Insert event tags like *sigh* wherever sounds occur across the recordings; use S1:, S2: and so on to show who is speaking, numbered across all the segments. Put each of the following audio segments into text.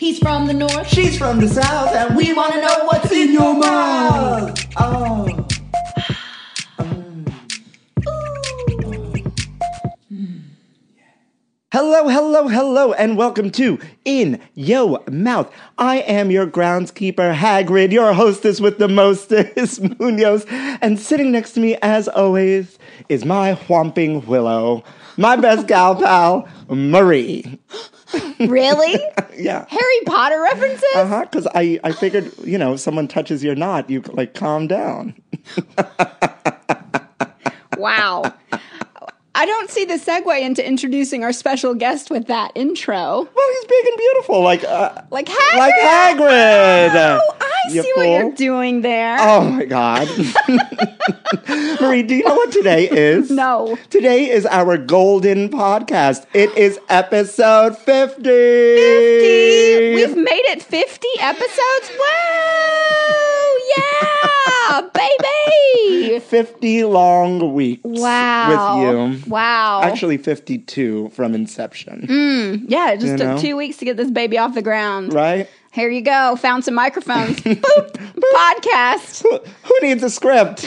S1: He's from the north.
S2: *laughs* She's from the south, and we want to know what's in your mouth. Oh. Mm. Hello, hello, hello, and welcome to In Yo Mouth. I am your groundskeeper, Hagrid, your hostess with the mostest, *laughs* Munoz. And sitting next to me, as always, is my whomping willow, my best gal pal, Marie.
S1: Really?
S2: Yeah.
S1: Harry Potter references?
S2: Uh huh. Because I, I figured, you know, if someone touches your knot, you like calm down. *laughs*
S1: Wow. I don't see the segue into introducing our special guest with that intro.
S2: Well, he's big and beautiful, like uh,
S1: Like Hagrid.
S2: like Hagrid.
S1: Oh, I
S2: You
S1: see what you're
S2: fool.
S1: doing there.
S2: Oh my God. *laughs* Marie, do you know what today
S1: *laughs*
S2: is?
S1: No.
S2: Today is our golden podcast. It is episode 50.
S1: 50. We've made it 50 episodes.
S2: *laughs*
S1: Whoa! Yeah, baby.
S2: 50 long weeks
S1: Wow. Mm.
S2: with you.
S1: Wow.
S2: Actually, 52 from inception,
S1: yeah, it just
S2: you
S1: took
S2: know?
S1: two weeks to get this baby off the ground.
S2: right?
S1: Here you go. Found some
S2: *laughs*
S1: microphones. Boop. Podcast.
S2: Who, who needs a script?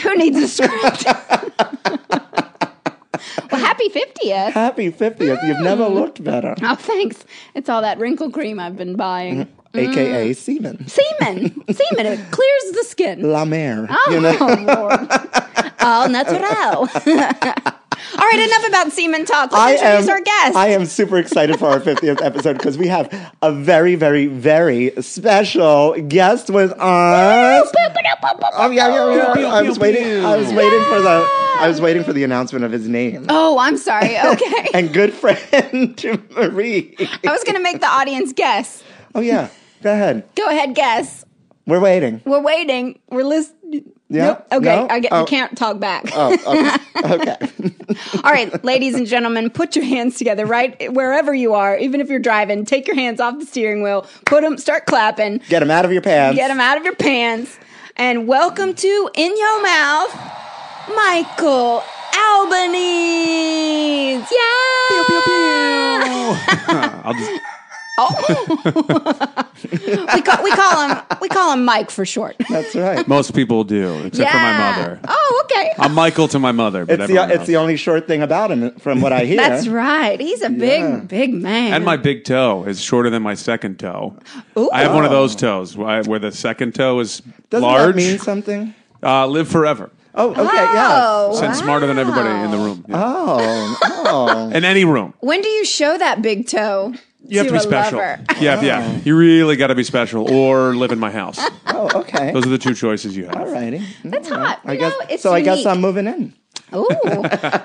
S1: *laughs* Who needs a
S2: *laughs*
S1: script? well, happy 50th.
S2: Happy 50th. You've never looked better.
S1: Oh, thanks. It's all that wrinkle cream I've been buying.
S2: Mm-hmm. AKA semen.
S1: Semen. Semen. It clears the skin.
S2: La Mer.
S1: Oh,
S2: You know?
S1: Lord. All
S2: *laughs*
S1: natural. All right, enough about semen talk. Let's introduce our guest.
S2: I am super excited for our 50th episode because we have a very, very, very special guest with us. Oh yeah, yeah, yeah. I was waiting. I was waiting for the. I was waiting for the announcement of his name.
S1: oh, I'm
S2: *laughs*
S1: sorry. Okay.
S2: And good friend *laughs* to Marie.
S1: I was going to make the audience guess.
S2: Oh yeah, go ahead.
S1: Go ahead, guess.
S2: We're waiting.
S1: We're waiting. We're listening.
S2: Yeah?
S1: Okay,
S2: No?
S1: I get,
S2: Oh.
S1: you can't talk back.
S2: Oh,
S1: *laughs*
S2: okay. okay.
S1: All right, ladies and gentlemen, put your hands together right wherever you are, even if you're driving. Take your hands off the steering wheel, put them, start clapping,
S2: Get him out of your pants.
S1: get them out of your pants, and welcome to In Your Mouth, Michael Albanese. Yeah! *laughs*
S3: I'll just
S1: Oh. We, call, we call him we call him Mike for short.
S2: That's right.
S3: most people do, except for my mother.
S1: Oh, okay.
S3: I'm Michael to my mother, but
S2: It's
S3: everyone
S2: the it's the
S3: else.
S2: only short thing about him, from what I
S1: *laughs*
S2: hear.
S1: That's right. He's a big,
S2: Yeah.
S1: big man.
S3: and my big toe is shorter than my second toe.
S1: Ooh.
S3: I have one of those toes where, I- where the second toe is
S2: Doesn't
S3: large.
S2: that mean something?
S3: uh, live forever.
S2: Oh, okay,
S1: Oh,
S2: yes.
S3: Since smarter than everybody in the room. Yeah.
S2: Oh, oh.
S3: In any room.
S1: When do you show that big toe?
S3: You have to be
S1: a
S3: special.
S1: lover?
S3: Yeah, yeah. You really got to be special or live in my house.
S2: oh, okay.
S3: Those are the two choices you have.
S2: All righty. Mm,
S1: That's hot.
S2: I
S1: You
S2: guess
S1: know, it's
S2: so. I guess
S1: unique.
S2: I'm moving in.
S1: Ooh,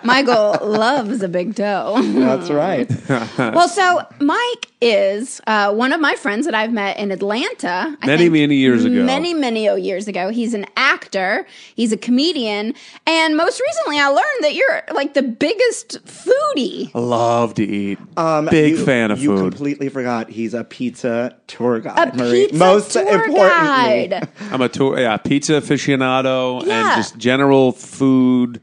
S1: Michael loves a big
S3: *laughs*
S1: toe.
S2: That's right.
S1: Well, so Mike is uh, one of my friends that I've met in Atlanta. I
S3: Many,
S1: think
S3: many years ago.
S1: Many, many oh years ago. He's an actor, he's a comedian. And most recently, I learned that you're like the biggest foodie.
S3: I love to eat. Big
S2: Um, You-
S3: fan of
S2: you
S3: food.
S2: completely forgot he's a pizza tour guide.
S1: A
S2: Marie.
S1: pizza
S2: Most
S1: tour
S2: importantly,
S1: guide.
S3: I'm a tour, yeah, pizza aficionado
S1: Yeah.
S3: and just general food.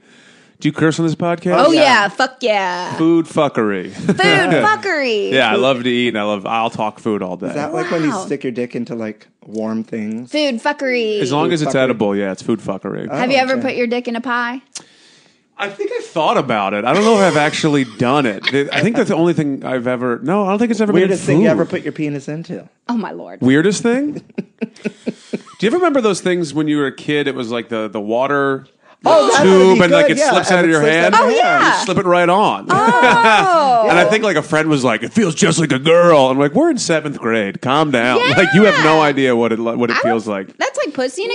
S3: Do you curse on this podcast?
S1: Oh,
S2: Yeah.
S1: yeah. fuck yeah.
S3: *laughs* Food fuckery.
S1: Food fuckery.
S3: *laughs* yeah, I love to eat and I love I'll talk food all day.
S2: is that like when you
S1: Wow.
S2: stick your dick into like warm things?
S1: Food fuckery.
S3: as long
S2: Food
S3: as it's
S2: fuckery.
S3: edible, yeah, it's food fuckery.
S1: Have you ever
S2: Okay.
S1: put your dick in a pie?
S3: I think I thought about it. I don't know if I've actually done it. Th- I think that's the only thing I've ever No, I don't think it's ever been
S2: Weirdest thing you
S3: food.
S2: ever put your penis into?
S1: Oh, my Lord.
S3: *laughs*
S2: *laughs*
S3: Weirdest thing? Do you ever remember those things when you were a kid? It was like the the water
S2: Oh, that would be
S3: tube and like
S2: good,
S3: it
S2: yeah,
S3: slips
S2: and
S3: out of
S2: it
S3: your
S2: slips
S3: hand.
S2: out of
S1: Oh,
S2: your hand.
S1: yeah.
S3: You slip it right on.
S1: Oh.
S3: *laughs* And I think like a friend was like, "It feels just like a girl." I'm like, "We're in seventh grade. Calm down. *laughs*
S1: Yeah.
S3: Like you have no idea what it lo- what it
S1: I would-
S3: feels like."
S1: That's like pussy in a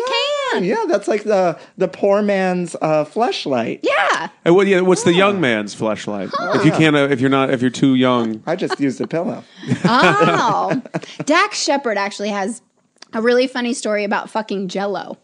S1: can.
S2: Yeah, that's like the the poor man's uh, fleshlight.
S1: Yeah.
S3: And what, yeah, what's the young man's flashlight? If you can't, uh, if you're not, if you're too young,
S2: I just used a pillow.
S1: Oh. Dax Shepard actually has a really funny story about fucking jello.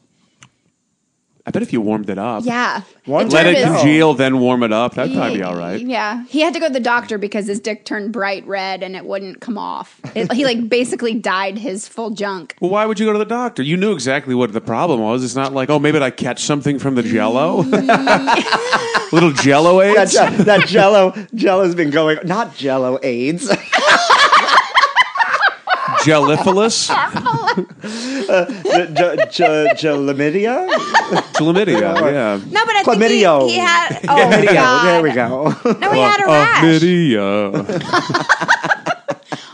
S3: I bet if you warmed it up,
S1: Yeah.
S2: One
S3: let
S2: There
S3: it
S2: it is.
S3: congeal, then warm it up. That'd probably be all right.
S1: Yeah. He had to go to the doctor because his dick turned bright red and it wouldn't come off. It, he like basically dyed his full junk.
S3: Well, why would you go to the doctor? You knew exactly what the problem was. It's not like, oh, maybe I catch something from the jello,
S1: *laughs*
S3: *laughs* little jello
S2: That,
S3: aids.
S2: je- *laughs* that *laughs* jello, jello's been going, not jello AIDS.
S3: Jelliphilus?
S2: J- j- j- chlamydia?
S3: Chlamydia, yeah.
S1: *laughs* No, but I think
S2: Chlamydio.
S1: he, he had. Oh,
S2: Chlamydia.
S1: God.
S2: *laughs* There we go. *laughs*
S1: No, he had a
S3: Oh,
S1: rash.
S3: Chlamydia.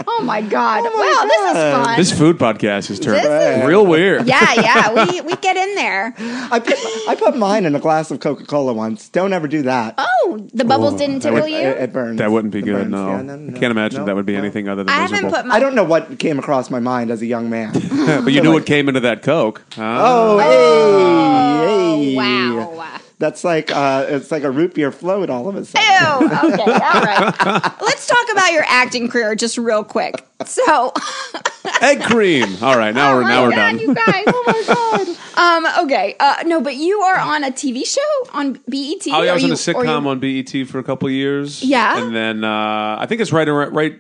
S1: Oh my god! wow,
S2: God.
S1: this
S3: This
S1: is fun.
S3: food podcast has turned
S1: This
S2: is-
S3: real weird.
S1: yeah, yeah, we we get in there.
S2: I put, I put mine in a glass of Coca Cola once. Don't ever do that.
S1: Oh, the bubbles didn't tickle you.
S2: It, it burns.
S3: That wouldn't be
S2: It burns.
S3: good. no.
S2: Yeah, no, no,
S3: I can't imagine
S2: no,
S3: that would be
S2: no.
S3: anything other than
S1: I haven't
S3: miserable.
S1: put my.
S2: I don't know what came across my mind as a young
S3: *laughs*
S2: man. *laughs*
S3: but you knew what came into that Coke. Huh?
S2: oh,
S1: Oh,
S2: hey, hey.
S1: wow.
S2: That's like uh, it's like a root beer float all of
S1: *laughs*
S2: a sudden.
S1: Ew. Okay. All
S3: *laughs*
S1: right. Let's talk about your acting career just real quick. So.
S3: Egg cream. All right, now we're
S1: Oh my *laughs*
S3: now we're
S1: God,
S3: done.
S1: You guys. Oh
S3: *laughs*
S1: my god. Um. Okay. Uh. No, but you are on a TV show on BET.
S3: Oh, yeah, I
S1: or
S3: was
S1: you-
S3: in a
S1: or you-
S3: sitcom on BET for a couple years.
S1: Yeah.
S3: and then uh, I think it's right around right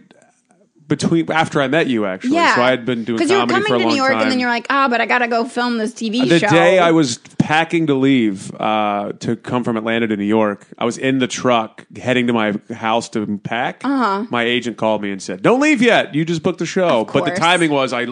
S3: between after I met you actually.
S1: Yeah.
S3: so I had been doing
S1: because
S3: comedy
S1: you were coming
S3: for a
S1: to
S3: long
S1: New York,
S3: time.
S1: and then you're like, ah, but I gotta go film this TV
S3: the
S1: show.
S3: day I was packing to leave uh, to come from Atlanta to New York, I was in the truck heading to my house to pack. Uh-huh. My agent called me and said, "Don't leave yet. You just booked the show." But the
S1: course.
S3: timing was I,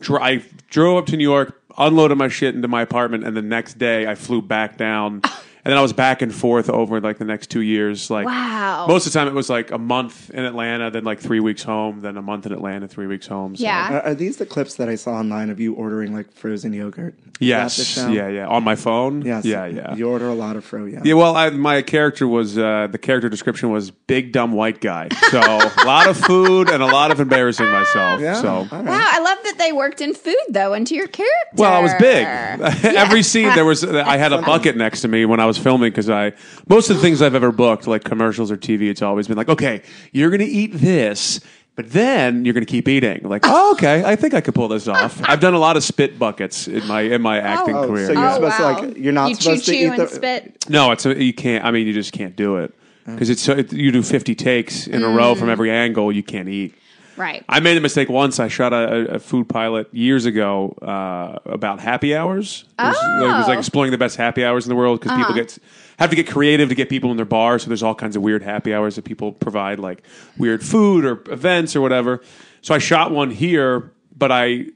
S3: dr- I drove up to New York, unloaded my shit into my apartment, and the next day I flew back down. And then I was back and forth over like the next two years. Like
S1: Wow.
S3: most of the time it was like a month in Atlanta, then like three weeks home, then a month in Atlanta, three weeks home. So-
S1: Yeah.
S2: Are, are these the clips that I saw online of you ordering like frozen yogurt? Is that the
S3: Yes.
S2: show?
S3: Yeah. Yeah. On my phone.
S2: Yes.
S3: Yeah. Yeah.
S2: You order a lot of fro, yeah.
S3: Yeah, well, I, my character was uh, the character description was big dumb white guy. So a lot of food and a lot of embarrassing myself.
S2: Yeah,
S3: So
S2: all
S1: Wow, I love that they worked in food though into your character.
S3: well, I was
S1: *laughs*
S3: big. *laughs* Every scene there was I had a bucket next to me when I was filming because I most of the things I've ever booked like commercials or TV, it's always been like, okay, you're gonna eat this. But then you're going to keep eating. Like, oh, okay, I think I could pull this off. I've done a lot of spit buckets in my in my acting
S1: Oh,
S2: Oh,
S3: career.
S2: so you're
S3: yeah.
S1: *laughs* Oh,
S2: supposed
S1: wow.
S2: to like you're not
S1: you
S2: supposed
S1: chew,
S2: to
S1: chew
S2: eat
S1: and
S2: the
S1: spit.
S3: No, it's a, you can't. I mean, you just can't do it because it's so, it, you do fifty takes in a row from every angle. You can't eat.
S1: Right.
S3: I made a mistake once. I shot a, a- a food pilot years ago uh, about happy hours. It was, it was
S1: Oh. Uh-huh.
S3: like exploring the best happy hours in the world because people get have to get creative to get people in their bar. So there's all kinds of weird happy hours that people provide, like weird food or events or whatever. So I shot one here, but I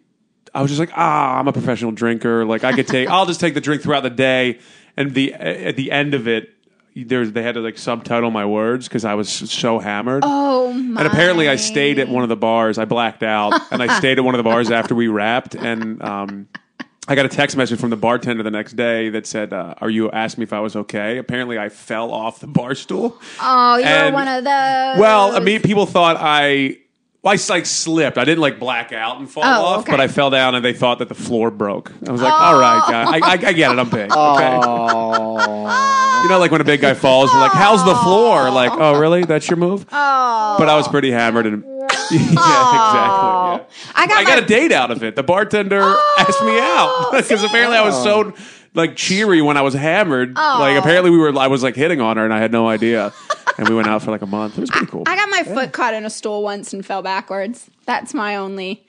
S3: I was just like, ah, I'm a professional drinker. Like I could take, I'll just take the drink throughout the day, and the at the end of it. There's, they had to like subtitle my words because I was so hammered.
S1: oh my.
S3: And apparently, I stayed at one of the bars. I blacked out, and I stayed at one of the bars after we wrapped. And um, I got a text message from the bartender the next day that said, uh, "Are you?" Asked me if I was okay. Apparently, I fell off the bar stool.
S1: Oh, you were
S3: And-
S1: one of those.
S3: Well, I mean, people thought I. well, I like slipped. I didn't like black out and fall
S1: Oh,
S3: off,
S1: okay. Oh.
S3: but I fell down and they thought that the floor broke. I was like, "All right, guy, I, I, I get it. I'm big." Okay, *laughs* you know, like when a big guy falls, you're like, "How's the floor?" Like, "Oh, really? That's your move?"
S1: Oh.
S3: But I was pretty hammered and *laughs* yeah, exactly. yeah.
S1: I got
S3: I got
S1: my- Oh,
S3: a date out of it. The bartender asked me out *laughs* because apparently I was so like cheery when I was hammered.
S1: Oh.
S3: Like apparently we were, I was like hitting on her and I had no idea. and we went out for like a month. It was pretty cool.
S1: I got my foot caught in a stool once and fell backwards. That's my only.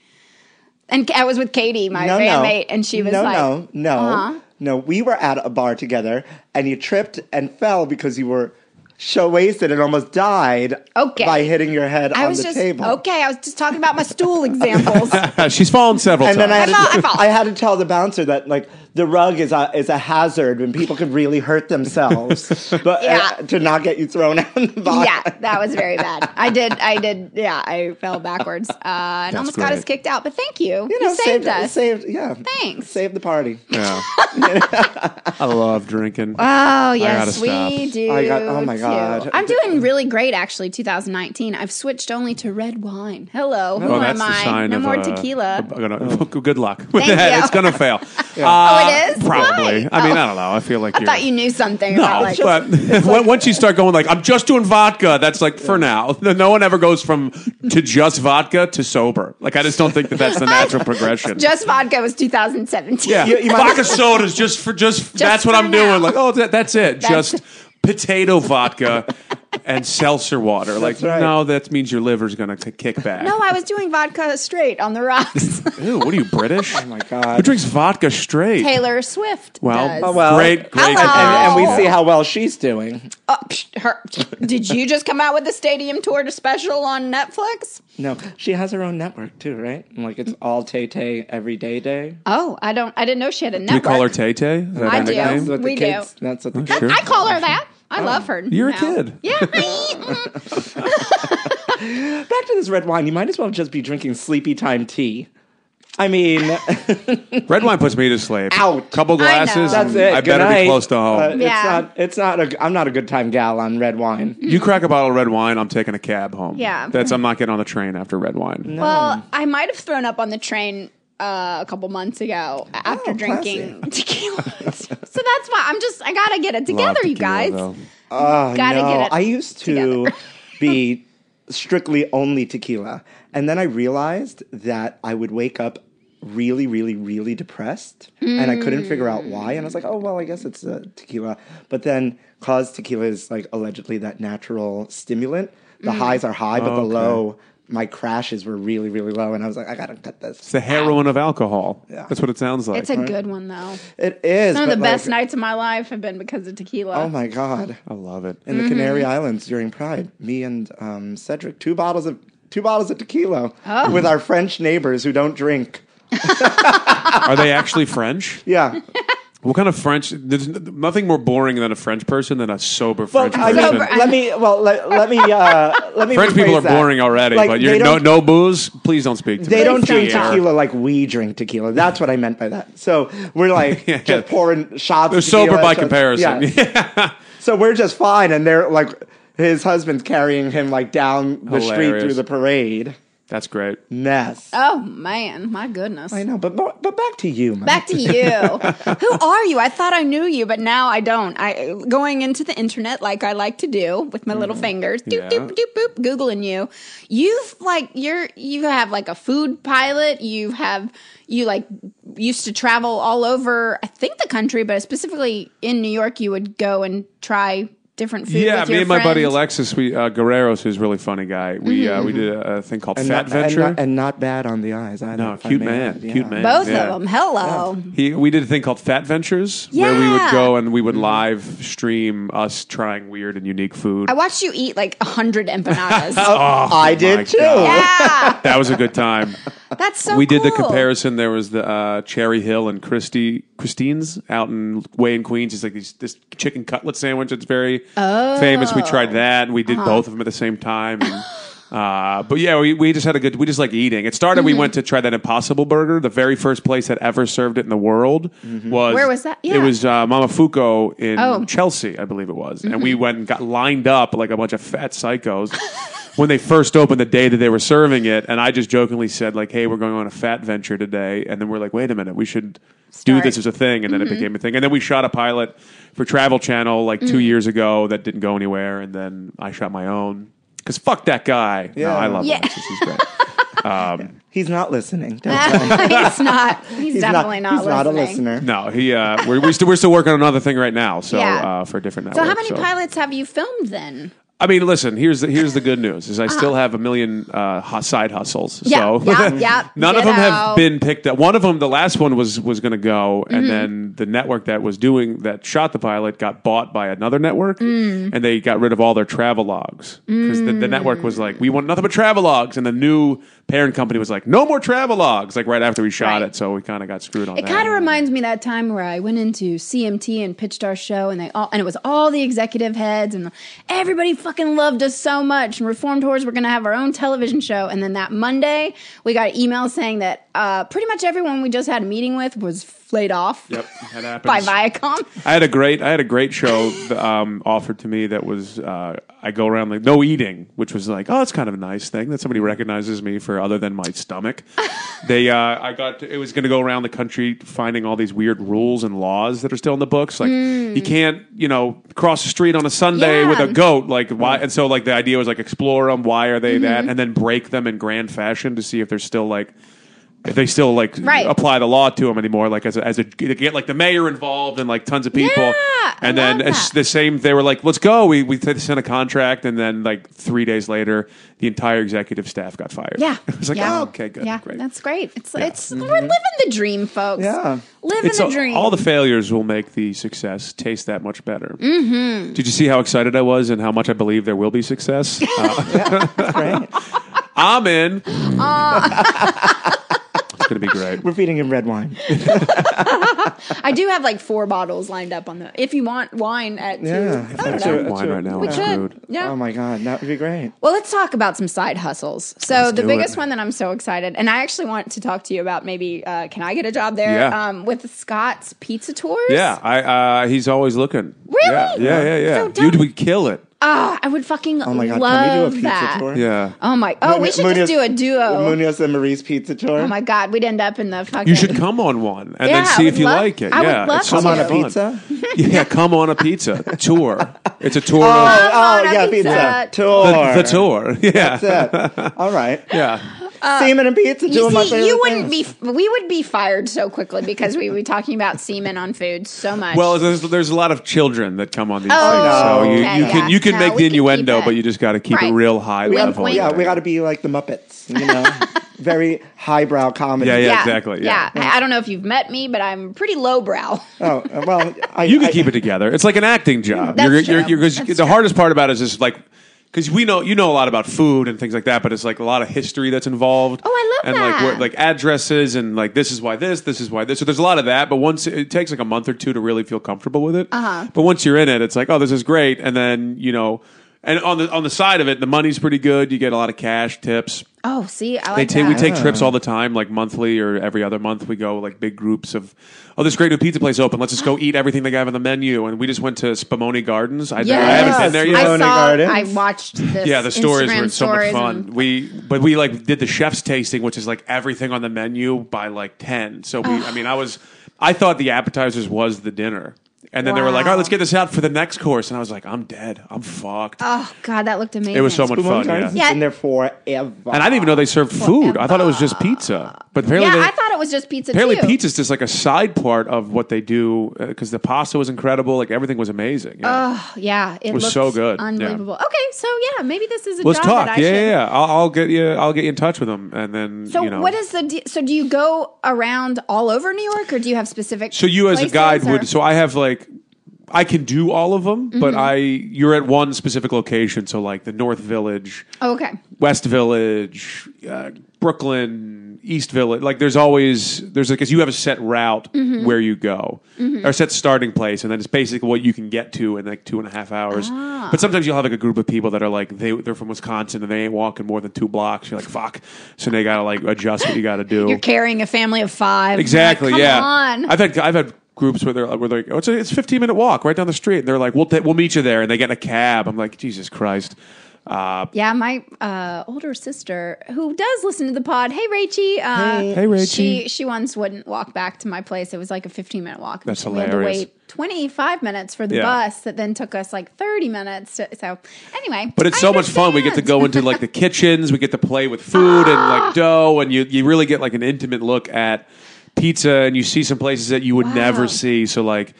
S1: And I was with Katie, my
S2: no, no.
S1: bandmate, and she was
S2: no,
S1: like,
S2: no, no,
S1: Uh-huh.
S2: no. We were at a bar together, and you tripped and fell because you were show wasted and almost died.
S1: Okay.
S2: by hitting your head
S1: I
S2: on
S1: was
S2: the
S1: just
S2: table.
S1: okay. I was just talking about my stool *laughs* examples.
S3: *laughs* She's fallen several
S2: And then I had,
S3: times.
S2: to,
S1: I fall, I fall.
S2: I had to tell the bouncer that like the rug is a is a hazard when people could really
S1: *laughs*
S2: hurt themselves, but uh,
S1: Yeah.
S2: to not get you thrown out in the bar. *laughs*
S1: yeah, that was very bad. I did, I did, yeah, I fell backwards uh, and almost got
S3: great.
S1: us kicked out. But thank you, you,
S2: you know,
S1: saved,
S2: saved
S1: us.
S2: Saved, yeah.
S1: Thanks.
S2: Saved the party.
S3: Yeah. I love
S1: Oh
S3: drinking. gotta
S1: yes,
S3: stop.
S1: we do.
S2: I got- oh, my
S1: too.
S2: God.
S1: I'm doing really great actually. 2019. I've switched only to red wine. Hello, who
S3: Oh,
S1: am
S3: that's the
S1: I?
S3: sign
S1: No
S3: of
S1: more
S3: uh,
S1: tequila.
S3: I'm gonna-
S2: Oh.
S3: *laughs* good luck with
S1: Thank
S3: that.
S1: you.
S3: It's
S2: *laughs*
S3: gonna fail. Uh,
S1: Oh, it is?
S3: Probably.
S1: Why?
S3: I mean,
S1: Oh.
S3: I don't know. I feel like
S1: I
S3: you're.
S1: thought you knew something.
S3: No,
S1: about, like,
S3: but *laughs* when- once you start going like I'm just doing vodka, that's like for now. *laughs* No one ever goes from to just vodka to sober. Like I just don't think that that's the natural progression.
S1: just vodka was 2017.
S3: yeah,
S2: You- you might-
S3: vodka sodas just for just, that's what
S1: for
S3: I'm
S1: now.
S3: doing. Like oh, that, that's it.
S1: That's-
S3: just potato vodka. and seltzer water. like,
S2: right.
S3: no, that means your liver's going to kick back.
S1: No, I was doing vodka straight on the
S3: *laughs*
S1: rocks.
S3: Ew, what are you, British?
S2: Oh
S3: Who
S2: my god.
S3: drinks vodka straight?
S1: Taylor Swift.
S3: Well,
S1: does.
S3: oh,
S2: well.
S3: great, great.
S1: Hello.
S2: And, and we
S1: Oh.
S2: see how well she's doing.
S1: Uh, psh, her, did you just come out with the stadium tour special on Netflix?
S2: No, she has her own network too, right? Like it's all Tay Tay every day day.
S1: Oh, I don't. I didn't know she had a
S3: Do we
S1: network.
S3: call her Tay Tay? Is that
S1: I
S3: her
S1: do.
S3: nickname?
S2: That's what the
S1: We do.
S2: kids. That's what the kids.
S3: Oh, Sure.
S1: I call her that. I love her.
S3: Oh, You're a
S1: now.
S3: kid.
S1: Yeah. *laughs* Mm-hmm. I-
S2: Back to this red wine. You might as well just be drinking sleepy time tea. I
S3: *laughs*
S2: mean,
S3: Red wine puts me to sleep.
S2: Out.
S3: Couple glasses.
S1: know.
S2: that's
S3: and
S2: it.
S3: Um, I
S2: Good
S3: better
S2: night.
S3: be close to home.
S2: Uh, it's
S1: Yeah.
S2: not. It's not. A, I'm not a good time gal on red wine.
S3: you crack a bottle of red wine, I'm taking a cab home.
S1: Yeah.
S3: That's I'm not getting on the train after red wine.
S1: well, I might have thrown up on the train uh, a couple months ago after
S2: Oh,
S1: drinking *laughs* tequila. so that's why I'm just. I gotta get it
S3: Love
S1: together, you
S3: tequila,
S1: guys.
S3: though.
S2: Oh,
S1: Gotta
S2: no.
S1: get it
S2: I used to
S1: together. *laughs*
S2: be strictly only tequila, and then I realized that I would wake up really, really, really depressed, and I couldn't figure out why. And I was like, oh well, I guess it's uh, tequila. But then, cause tequila is like allegedly that natural stimulant. The
S1: Mm.
S2: highs are high, but the
S3: Okay.
S2: low. My crashes were really, really low, and I was like, I gotta cut
S3: It's
S2: this.
S3: the heroin of alcohol. That's what it sounds like.
S1: It's a good one though.
S2: It is
S1: Some of
S2: but,
S1: the best
S2: like,
S1: nights of my life have been because of tequila.
S2: Oh my god!
S3: I love it.
S2: in the Canary Islands during Pride. Me and um, Cedric, two bottles of two bottles of tequila with our French neighbors who don't drink.
S3: Are they actually French?
S2: Yeah,
S3: What kind of French? There's n- nothing more boring than a French person than a sober
S2: well,
S3: French
S2: I
S3: person.
S2: mean, let me well let, let me uh, let me.
S3: French people
S2: rephrase
S3: are
S2: that.
S3: boring already,
S2: Like,
S3: but
S2: they
S3: you're no
S2: don't-
S3: no booze. Please don't speak to me.
S2: They don't drink
S1: Pierre.
S2: tequila like we drink tequila. That's what I meant by that. So we're like
S3: *laughs* Yeah.
S2: just pouring shots.
S3: They're
S2: of tequila,
S3: sober by
S2: shots-
S3: comparison.
S2: yeah.
S3: *laughs*
S2: So we're just fine, and they're like his husband's carrying him like down the street
S3: Hilarious.
S2: through the parade.
S3: That's great.
S2: Mess.
S1: Oh man, my goodness.
S2: I know, but but back to you, Mike.
S1: Back to
S3: *laughs*
S1: you. Who are you? I thought I knew you, but now I don't. I going into the internet like I like to do with my little fingers, doop
S3: Mm. Yeah.
S1: doop doop boop, googling you. You've like you're you have like a food pilot. You have you like used to travel all over. I think the country, but specifically in New York, you would go and try different food.
S3: Yeah,
S1: with
S3: me
S1: your
S3: and my buddy
S1: friends. Mm-hmm.
S3: Alexis, we uh, Guerreros, who's a really funny guy. We uh, we did a, a thing called Fat
S2: not,
S3: Venture.
S2: And not, and not bad on the eyes. I
S3: no, cute man, cute man.
S1: Both
S3: yeah.
S1: of them. Hello.
S3: He, we did a thing called Fat Ventures where we would
S1: Yeah.
S3: go and we would live stream us trying weird and unique food.
S1: I watched you eat like a hundred
S3: *laughs*
S1: empanadas.
S3: Oh.
S2: I
S3: my
S2: did too.
S3: God.
S1: yeah,
S3: that was a good
S1: *laughs*
S3: time.
S1: that's so.
S3: we did the
S1: cool.
S3: comparison. There was the uh, Cherry Hill and Christie Christine's out in Way in Queens. It's like these, this chicken cutlet sandwich. that's very
S1: Oh.
S3: famous. We tried that, and we did
S1: Uh-huh.
S3: both of them at the same time. And, uh, but yeah, we, we just had a good. We just like eating. It started.
S1: Mm-hmm.
S3: We went to try that Impossible Burger. The very first place that ever served it in the world was
S1: Mm-hmm. Where was that?
S3: It
S1: Yeah.
S3: was uh, Mama Fuko in
S1: Oh. Mm-hmm.
S3: Chelsea, I believe it was. And we went and got lined up like a bunch of fat psychos. When they first opened the day that they were serving it, and I just jokingly said, like, hey, we're going on a fat venture today. And then we're like, wait a minute, we should do
S1: Start. Mm-hmm.
S3: this as a thing. And then it became a thing. And then we shot a pilot for Travel Channel like
S1: Mm.
S3: two years ago that didn't go anywhere. And then I shot my own. Because fuck that guy. Yeah.
S2: Yeah.
S3: I love
S1: Yeah.
S3: him. He's great.
S2: He's not listening. Don't worry. *laughs*
S1: he's not. He's, definitely not,
S2: He's not a
S1: listening.
S2: listener.
S3: No, he, uh, we're, we're, still, we're still working on another thing right now. So
S1: Yeah.
S3: uh, for a different
S1: So
S3: network.
S1: how many pilots have you filmed then?
S3: I mean, listen. Here's the here's the good news: is I still have a million uh, hu- side hustles.
S1: Uh-huh. Yeah,
S3: so
S1: yeah,
S3: *laughs*
S1: yeah.
S3: none of
S1: Get
S3: them have
S1: out.
S3: been picked up. One of them, the last one was was going to go,
S1: Mm-hmm.
S3: and then the network that was doing that shot the pilot got bought by another network,
S1: Mm.
S3: and they got rid of all their travel logs because the, the network was like, we want nothing but travel logs, and the new parent company was like, no more travel logs. Like right after we shot
S1: Right.
S3: it, so we kind of got screwed on.
S1: It
S3: that.
S2: Um,
S1: kind of reminds me that time where I went into CMT and pitched our show, and they all and it was all the executive heads, and everybody fucking loved us so much. And Reformed Whores were going to have our own television show, and then that Monday we got an email saying that uh, pretty much everyone we just had a meeting with was laid off
S3: Yep,
S1: *laughs*
S3: that happens.
S1: by Viacom.
S3: I had a great I had a great show um, offered to me that was uh, I go around like no eating, which was like oh it's kind of a nice thing that somebody recognizes me for other than my stomach. they uh, I got to, it was going to go around the country finding all these weird rules and laws that are still in the books. Like you can't you know cross the street on a Sunday
S1: Yeah.
S3: with a goat. Like why? And so like the idea was like explore them. Why are they that? And then break them in grand fashion to see if they're still like if they still like
S1: Right.
S3: apply the law to them anymore. Like as a, as a they get like the mayor involved and like tons of people.
S1: Yeah, I
S3: and then
S1: love
S3: it's
S1: that.
S3: the same. They were like, "Let's go." We we sent a contract, and then like three days later, the entire executive staff got fired. *laughs*
S1: Yeah.
S3: I was like,
S1: yeah.
S3: "Oh, okay, good,
S1: Yeah,
S3: great."
S1: that's great. It's it's we're living the dream, folks.
S2: Mm-hmm. Yeah.
S1: living
S3: It's
S1: the
S3: all-
S1: dream.
S3: all the failures will make the success taste that much better. Mm-hmm. Did you see how excited I was and how much I believe there will
S1: *laughs*
S3: be success? Uh,
S2: Right?
S3: *laughs* I'm in. *laughs* it's gonna be great.
S2: We're feeding him red
S3: *laughs*
S2: wine.
S1: I do have like four bottles lined up on the. If you want wine at two,
S2: Yeah,
S1: I don't
S2: that's
S1: know.
S2: it.
S3: wine right now.
S1: We
S3: I'm
S1: could.
S3: screwed.
S1: Yeah.
S2: Oh my god, that would be great.
S1: Well, let's talk about some side hustles. So the
S3: do
S1: biggest
S3: it.
S1: one that I'm so excited, and I actually want to talk to you about maybe uh, can I get a job there
S3: Yeah.
S1: um, with Scott's Pizza Tours?
S3: Yeah, I uh, he's always looking.
S1: Really?
S3: Yeah, yeah, yeah. yeah.
S1: So
S3: Dude,
S1: dumb.
S3: we
S1: *laughs*
S3: kill it.
S1: Ah, I would fucking
S2: Oh my god, can we
S1: love
S2: do a pizza
S1: that.
S2: tour?
S3: Yeah.
S1: Oh my! Oh, we
S2: Munoz-
S1: should
S2: Munoz-
S1: just do a duo.
S2: Munoz and Marie's pizza tour.
S1: Oh my god, we'd end up in the fucking.
S3: You should come on one and
S1: Yeah,
S3: then
S1: I
S3: see
S1: would
S3: if you
S1: love-
S3: like it.
S1: I would
S3: yeah,
S1: love
S3: it's so
S1: to.
S2: Come on
S3: much
S2: a
S3: fun.
S2: pizza.
S3: *laughs* Yeah, come on a pizza
S2: *laughs*
S3: tour. It's a tour.
S2: Oh,
S3: of
S1: on a
S2: yeah,
S1: pizza.
S2: pizza
S3: the,
S2: tour.
S3: the tour. *laughs* Yeah,
S2: That's it.
S1: *laughs*
S2: All right.
S3: yeah.
S2: semen and pizza.
S1: Uh,
S2: Two
S1: You
S2: of my
S1: see,
S2: favorite
S1: you wouldn't
S2: things.
S1: be. We would be fired so quickly because we would be talking about semen on food so much.
S3: Well, there's, there's a lot of children that come on these
S1: Oh,
S3: things, so you,
S1: okay,
S3: you
S1: yeah.
S3: can you can
S1: No,
S3: make
S1: we
S3: the
S1: can keep
S3: innuendo,
S1: it.
S3: but you just got to keep
S1: Right.
S3: it real high
S1: Wink,
S3: level.
S1: wink.
S2: Yeah, we got to be like the Muppets. You
S1: *laughs*
S2: know, very highbrow comedy.
S3: Yeah, yeah. exactly, yeah.
S1: I I don't know if you've met me, but I'm pretty lowbrow. *laughs*
S2: Oh uh, well, I,
S3: You can
S2: I-
S3: keep it together. It's like an acting job.
S1: That's
S3: you're,
S1: true.
S3: You're, you're, 'cause
S1: That's
S3: the hardest part about it is just like because we know you know a lot about food and things like that, but it's like a lot of history that's involved.
S1: Oh, I love
S3: and
S1: that.
S3: like where, like addresses and like this is why this, this is why this. So there's a lot of that, but once it takes like a month or two to really feel comfortable with it. Uh-huh. But once you're in it, it's like oh, this is great, and then you know. And on the on the side of it, the money's pretty good. You get a lot of cash, tips.
S1: Oh, see, I
S3: They
S1: like
S3: take
S1: that.
S3: we take trips all the time, like monthly or every other month. We go like big groups of, oh, this great new pizza place open. Let's just go eat everything they have on the menu. And we just went to Spumoni Gardens. I, I
S1: Yes.
S3: haven't been there
S2: Yes.
S3: yet.
S1: I
S2: Spumoni
S1: saw.
S2: Gardens.
S1: I watched this.
S3: yeah, the stories
S1: Instagram
S3: were so much
S1: stories
S3: fun.
S1: and-
S3: we but we like did the chef's tasting, which is like everything on the menu by like ten. So we, I mean, I was, I thought the appetizers was the dinner, and then they were like,
S1: Wow.
S3: all right, let's get this out for the next course. And I was like, I'm dead. I'm fucked.
S1: oh God, that looked amazing.
S3: it was so much
S2: Boom
S3: fun.
S2: Gardens
S1: Yeah.
S3: Yeah.
S2: has been there forever.
S3: And I didn't even know they served food. I thought it was just pizza, but apparently
S1: uh, Yeah,
S3: they,
S1: I thought it was just pizza
S3: Apparently,
S1: too.
S3: pizza's just like a side part of what they do because the pasta was incredible. Like everything was amazing. yeah.
S1: Oh, yeah, it
S3: was
S1: looked
S3: so good. Yeah.
S1: unbelievable. Okay, so yeah, maybe this is a
S3: Let's
S1: job
S3: talk.
S1: that I
S3: Yeah,
S1: should.
S3: yeah, yeah. I'll, I'll get you. I'll get you in touch with them, and then
S1: So
S3: you know.
S1: what is the de- so do you go around all over New York or do you have specific?
S3: so you as a
S1: places,
S3: guide
S1: or- Mm-hmm.
S3: would. So I have like. I can do all of them, but I you're at one specific location. So like the North Village,
S1: Oh, okay.
S3: West Village, uh, Brooklyn, East Village. Like there's always there's like because you have a set route
S1: Mm-hmm.
S3: where you go or set starting place, and then it's basically what you can get to in like two and a half hours.
S1: Ah.
S3: But sometimes you'll have like a group of people that are like they they're from Wisconsin and they ain't walking more than two blocks. You're like fuck, so they gotta like adjust what you gotta do.
S1: You're carrying a family of five.
S3: Exactly.
S1: Like, come
S3: yeah.
S1: on.
S3: I've had I've had groups where they're where they're like, oh, it's a it's a fifteen minute walk right down the street. And they're like, we'll ta- we'll meet you there, and they get in a cab. I'm like, Jesus Christ. Uh,
S1: yeah, my uh, older sister who does listen to the pod. Hey, Rachie. Uh,
S2: Hey.
S3: Hey, Rachie.
S1: She she once wouldn't walk back to my place. It was like a 15 minute walk.
S3: That's
S1: So We had
S3: hilarious.
S1: to wait 25 minutes for the
S3: Yeah.
S1: bus that then took us like 30 minutes. To, so anyway,
S3: But it's
S1: I
S3: so much fun. We get to
S1: understand. Ah.
S3: go into like the kitchens. We get to play with food and like dough, and you you really get like an intimate look at pizza, and you see some places that you would
S1: Wow.
S3: never see. So like.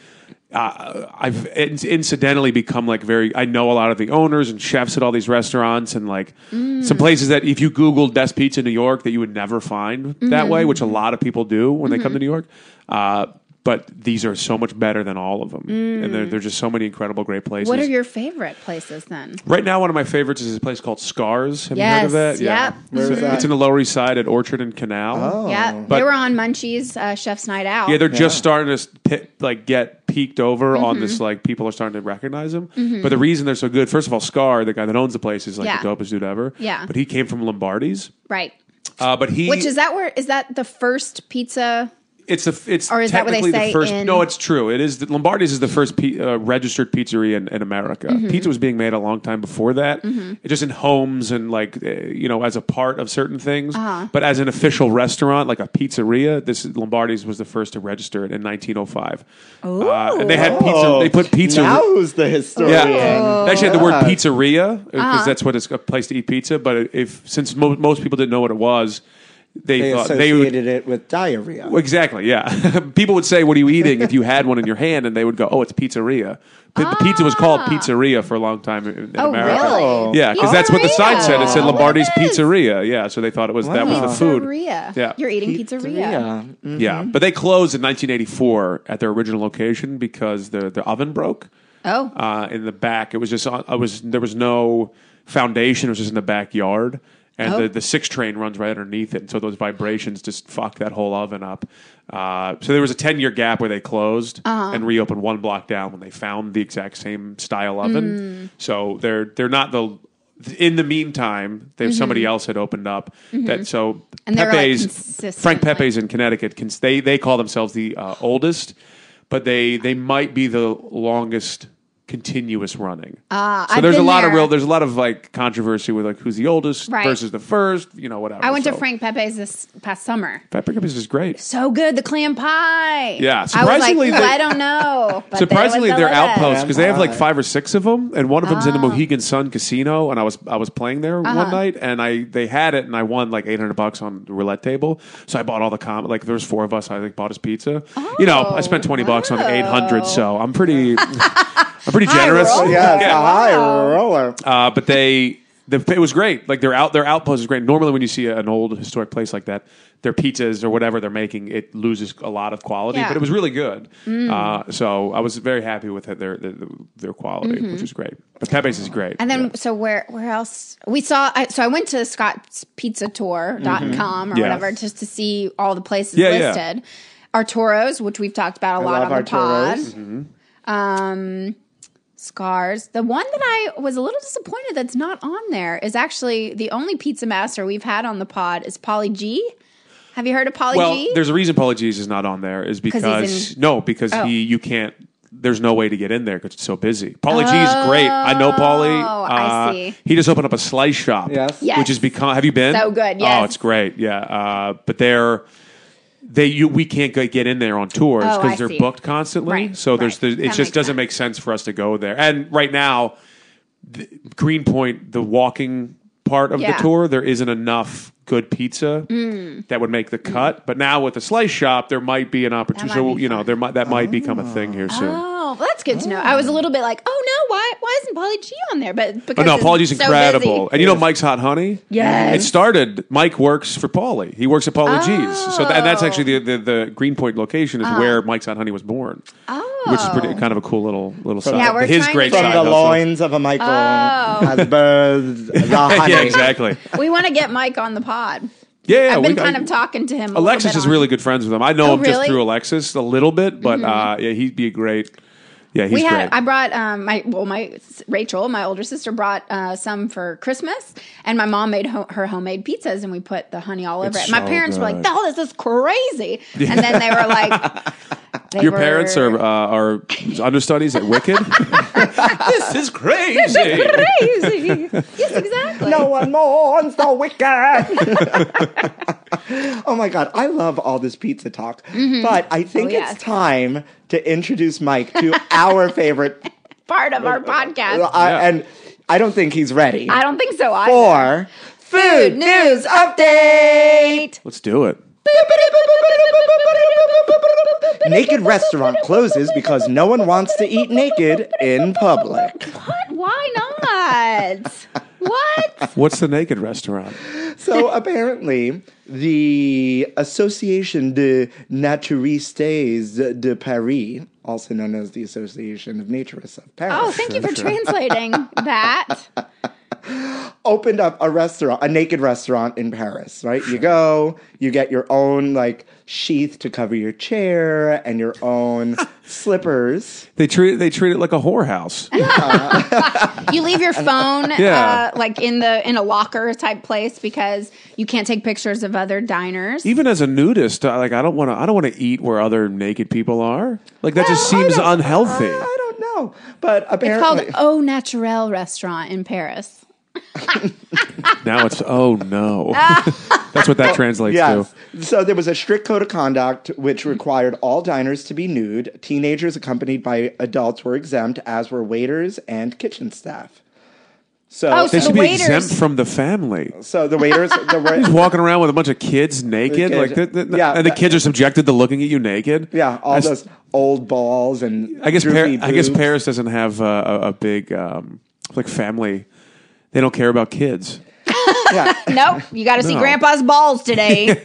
S3: Uh, I've in- incidentally become like very. I know a lot of the owners and chefs at all these restaurants, and like
S1: Mm.
S3: some places that if you Googled best pizza in New York, that you would never find that
S1: Mm-hmm.
S3: way, which a lot of people do when they come to New York. Uh, but these are so much better than all of them, and there there's just so many incredible, great places.
S1: Mm. What are your favorite places then?
S3: Right now, one of my favorites is a place called Scars. Have you heard
S1: Yes.
S3: of that?
S1: Yep.
S2: Where is
S3: It's-
S2: that?
S3: It's in the Lower East Side at Orchard and Canal.
S2: Oh.
S1: yeah,
S3: But-
S1: they were on Munchies uh, Chef's Night Out.
S3: Yeah, they're just starting to s- pi- like get peaked over on
S1: Mm-hmm.
S3: this. Like people are starting to recognize them. But the reason they're so good, first of all, Scar, the guy that owns the place, is like
S1: Yeah.
S3: the dopest dude ever.
S1: Yeah.
S3: but he came from Lombardi's.
S1: right.
S3: Uh, but he,
S1: Which is that where is that the first pizza?
S3: it's a, it's
S1: Or is that what they
S3: technically
S1: say
S3: the first.
S1: in-
S3: No, it's true. It is the, Lombardi's is the first pi- uh, registered pizzeria in, in America.
S1: Mm-hmm.
S3: Pizza was being made a long time before that, It just in homes and like uh, you know as a part of certain things.
S1: Uh-huh.
S3: But as an official restaurant, like a pizzeria, this Lombardi's was the first to register it in 1905. Uh, and they had pizza.
S2: Oh,
S3: They put pizza.
S2: Now who's the historian?
S3: Yeah, they actually had the word
S2: Yeah.
S3: uh,
S1: Uh-huh.
S3: pizzeria because that's what it's a place to eat pizza. But if since mo- most people didn't know what it was, they,
S2: They
S3: thought they would
S2: associated it with diarrhea.
S3: Well, Exactly. Yeah. *laughs* People would say, "What are you eating?" if you had one in your hand, and they would go, "Oh, it's pizzeria." P- Pizza was called pizzeria for a long time in, in
S1: Ah. Oh,
S3: America.
S1: really?
S3: Yeah, because that's what the sign said. It said
S1: Pizzeria.
S3: Lombardi's
S1: Look at this.
S3: Pizzeria. Yeah, so they thought it was that was the food.
S1: Pizzeria.
S3: Yeah.
S1: You're eating pizzeria.
S2: Diarrhea. Mm.
S3: Yeah,
S1: Mm-hmm.
S3: but they closed in 1984 at their original location because the the oven broke
S1: Oh.
S3: uh, in the back. It was just on- I was there was no foundation. It was just in the backyard, and
S1: Oh.
S3: the the six train runs right underneath it. And so those vibrations just fucked that whole oven up. Uh, so there was a ten year gap where they closed
S1: Uh-huh.
S3: and reopened one block down when they found the exact same style
S1: Mm.
S3: oven. So they're they're not the. In the meantime, they, somebody else had opened up. That so
S1: Mm-hmm. And they're, like,
S3: Pepe's
S1: consistent,
S3: Frank
S1: like-
S3: Pepe's in Connecticut. Can they they call themselves the uh, oldest, but they they might be the longest continuous running. Ah, so
S1: Uh, I've
S3: there's
S1: been
S3: a lot of
S1: there.
S3: real there's a lot of like controversy with like who's the oldest
S1: Right.
S3: versus the first, you know whatever.
S1: I went to
S3: So,
S1: Frank Pepe's this past summer.
S3: Pepe Pepe's is great.
S1: So good, the clam pie.
S3: Yeah,
S1: I
S3: surprisingly,
S1: was like, I
S3: they-
S1: don't
S3: *laughs*
S1: know. But
S3: Surprisingly,
S1: they
S3: they're outposts
S1: outposts.
S3: because they have like
S2: Right.
S3: five or six of them, and one of them's in
S1: Oh.
S3: the Mohegan Sun Casino. And I was I was playing there
S1: Uh-huh.
S3: one night, and I they had it, and I won like eight hundred bucks on the roulette table. So I bought all the com like there was four of us. I like bought us pizza. you know, I spent twenty bucks on
S1: wow.
S3: eight hundred, so I'm
S1: *laughs*
S3: pretty *laughs* I'm pretty generous.
S1: roll.
S2: Yeah, it's a
S3: *laughs* Yeah.
S2: high roller.
S3: Uh, but they the, it was great. Like their out their outpost is great. Normally, when you see an old historic place like that, their pizzas or whatever they're making it loses a lot of quality.
S1: Yeah. Mm.
S3: But it was really good. Uh, so I was very happy with it, their their, their quality, which is great. But Pepe's is great.
S1: Mm-hmm. And then,
S3: Yeah.
S1: so where where else? We saw, I, so I went to scottspizzatour.com com or
S3: Mm-hmm. Yeah.
S1: whatever just to see all the places
S3: Yeah, yeah.
S1: listed. Arturo's, which we've talked about a lot
S2: love
S1: on the pod.
S2: Arturo's.
S3: Mm-hmm.
S1: Um, Scars. The one that I was a little disappointed that's not on there is actually the only pizza master we've had on the pod is Polly G. Have you heard of Polly
S3: well,
S1: G?
S3: there's a reason Pauly G's is not on there is
S1: he's
S3: because
S1: in-
S3: no, because
S1: Oh.
S3: he you can't. There's no way to get in there because it's so busy. Pauly G is great. I know Pauly.
S1: Oh, I
S3: Uh,
S1: see.
S3: He just opened up a slice shop.
S2: Yes.
S1: Yes.
S3: Which has become. Have you been?
S1: So good, yes.
S3: Oh, it's great. Yeah. Uh, but they're they you we can't go- get in there on tours
S1: Oh,
S3: because
S1: I
S3: they're
S1: see.
S3: booked constantly.
S1: Right,
S3: So there's
S1: right.
S3: the,
S1: That
S3: it
S1: makes
S3: just doesn't
S1: sense.
S3: make sense for us to go there. And right now, the, Greenpoint, the walking part of
S1: Yeah. Mm.
S3: the tour, there isn't enough good pizza that would make the cut. But now with the slice shop, there might be an opportunity.
S1: might
S3: So
S1: be
S3: you know,
S1: fun.
S3: there might that might become a thing here soon.
S1: Oh, well, that's good to know. I was a little bit like, oh no, why why isn't Polly G on there? But because
S3: But Oh, no,
S1: it's
S3: apologies,
S1: so
S3: incredible.
S1: busy.
S3: And you know, Mike's Hot Honey.
S1: Yes.
S3: it started. Mike works for Paulie. He works at Paulie G's. So that, and that's actually the, the the Greenpoint location is where Mike's Hot Honey was born.
S1: Uh-huh. Oh.
S3: which is pretty kind of a cool little little side.
S1: Yeah, we're
S3: his
S1: trying
S3: great
S1: to get-
S2: From
S3: side
S2: the
S3: hustle.
S2: loins of a Michael
S1: Oh.
S2: has birthed the honey.
S3: *laughs* Yeah,
S1: *laughs*
S3: exactly.
S1: we want to get Mike on the pod.
S3: Yeah, yeah,
S1: I've been
S3: we-
S1: kind
S3: I-
S1: of talking to him. a
S3: Alexis
S1: little bit
S3: is
S1: on-
S3: really good friends with him. I know
S1: Oh,
S3: him
S1: really? Mm-hmm.
S3: just through Alexis a little bit, but uh, yeah, he'd be a great. Yeah, he's
S1: We had
S3: great.
S1: I brought um, my well my Rachel my older sister brought uh, some for Christmas and my mom made ho- her homemade pizzas and we put the honey all over
S3: It's
S1: it. My
S3: so
S1: parents were like,
S3: good.
S1: "No, this is crazy," and then they were
S3: *laughs*
S1: like, they
S3: Your parents
S1: were-
S3: are uh, are understudies at
S2: *laughs*
S3: Wicked. this is crazy. *laughs*
S1: crazy." yes, exactly.
S2: no one mourns the wicked. *laughs* oh my god, I love all this pizza talk, but I think
S1: Oh, yes.
S2: it's time to introduce Mike to our
S3: *laughs*
S2: favorite,
S1: part of our podcast.
S2: uh, and I don't think he's ready
S1: I don't think so. I
S2: for food news update.
S3: Let's do it.
S2: Naked restaurant closes because no one wants to eat naked in public.
S1: What? Why not? what?
S3: *laughs* What's the naked restaurant?
S2: So apparently, the Association de Naturistes de Paris, also known as the Association of Naturists of Paris,
S1: Oh, thank you
S2: *laughs*
S1: for translating that.
S2: opened up a restaurant, a naked restaurant in Paris, right? You go, you get your own like sheath to cover your chair and your
S1: *laughs*
S2: own slippers.
S3: They treat they treat it like a whorehouse.
S1: You leave
S3: *laughs*
S1: your phone
S3: uh, Yeah.
S1: uh, like in the in a locker type place because you can't take pictures of other diners.
S3: Even as a nudist, I, like I don't want to. I don't want to eat where other naked people are. Like that just
S2: Well, I
S3: seems
S2: don't-
S3: unhealthy.
S2: I don't know, but
S1: It's called
S2: apparently
S1: Au Naturel restaurant in Paris.
S3: Now it's oh no. That's what that translates
S2: Yes.
S3: to.
S2: So there was a strict code of conduct which required all diners to be nude. Teenagers accompanied by adults were exempt, as were waiters and kitchen staff. So,
S1: Oh,
S3: They
S1: The
S3: should be
S1: waiters-
S3: exempt from the family.
S2: so the waiters,
S3: *laughs*
S2: the
S3: He's
S2: wa-
S3: walking around with a bunch of kids naked,
S2: kids-
S3: like th- th- th-
S2: yeah,
S3: and the
S2: that-
S3: kids are subjected to looking at you naked.
S2: yeah, all
S3: That's-
S2: those old balls and
S3: I guess Par-
S2: droopy
S3: I guess
S2: boobs.
S3: Paris doesn't have uh, a, a big um, like family. They don't care about kids.
S2: yeah.
S1: Nope, you got to see
S3: No.
S1: Grandpa's balls
S3: *laughs*
S1: today,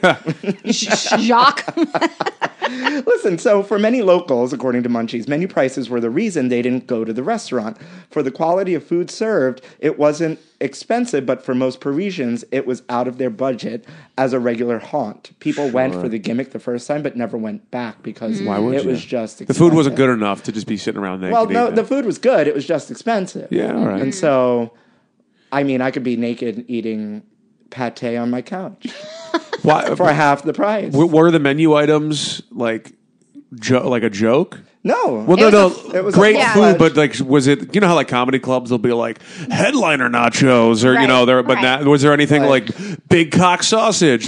S1: Jacques. *laughs*
S2: Listen, so for many locals, according to Munchies, menu prices were the reason they didn't go to the restaurant. For the quality of food served, it wasn't expensive, but for most Parisians, it was out of their budget as a regular haunt. People went for the gimmick the first time, but never went back because
S3: Why would
S2: it
S3: you?
S2: was just
S3: the
S2: expensive.
S3: food wasn't good enough to just be sitting around naked.
S2: Well, no,
S3: eating
S2: the
S3: it.
S2: food was good. It was just expensive.
S3: yeah, all right.
S2: And so, I mean, I could be naked eating pate on my couch
S3: Why, uh,
S2: for half the price.
S3: w- were the menu items like jo- like a joke?
S2: no.
S3: Well,
S1: It
S3: no,
S1: was
S3: no,
S2: a- it was a
S3: great
S1: full
S3: food,
S2: fledged-
S3: but like, was it? You know how like comedy clubs will be like headliner nachos, or you
S1: Right,
S3: know, there. But
S1: right.
S3: not, was there anything
S2: Right.
S3: like big cock sausage?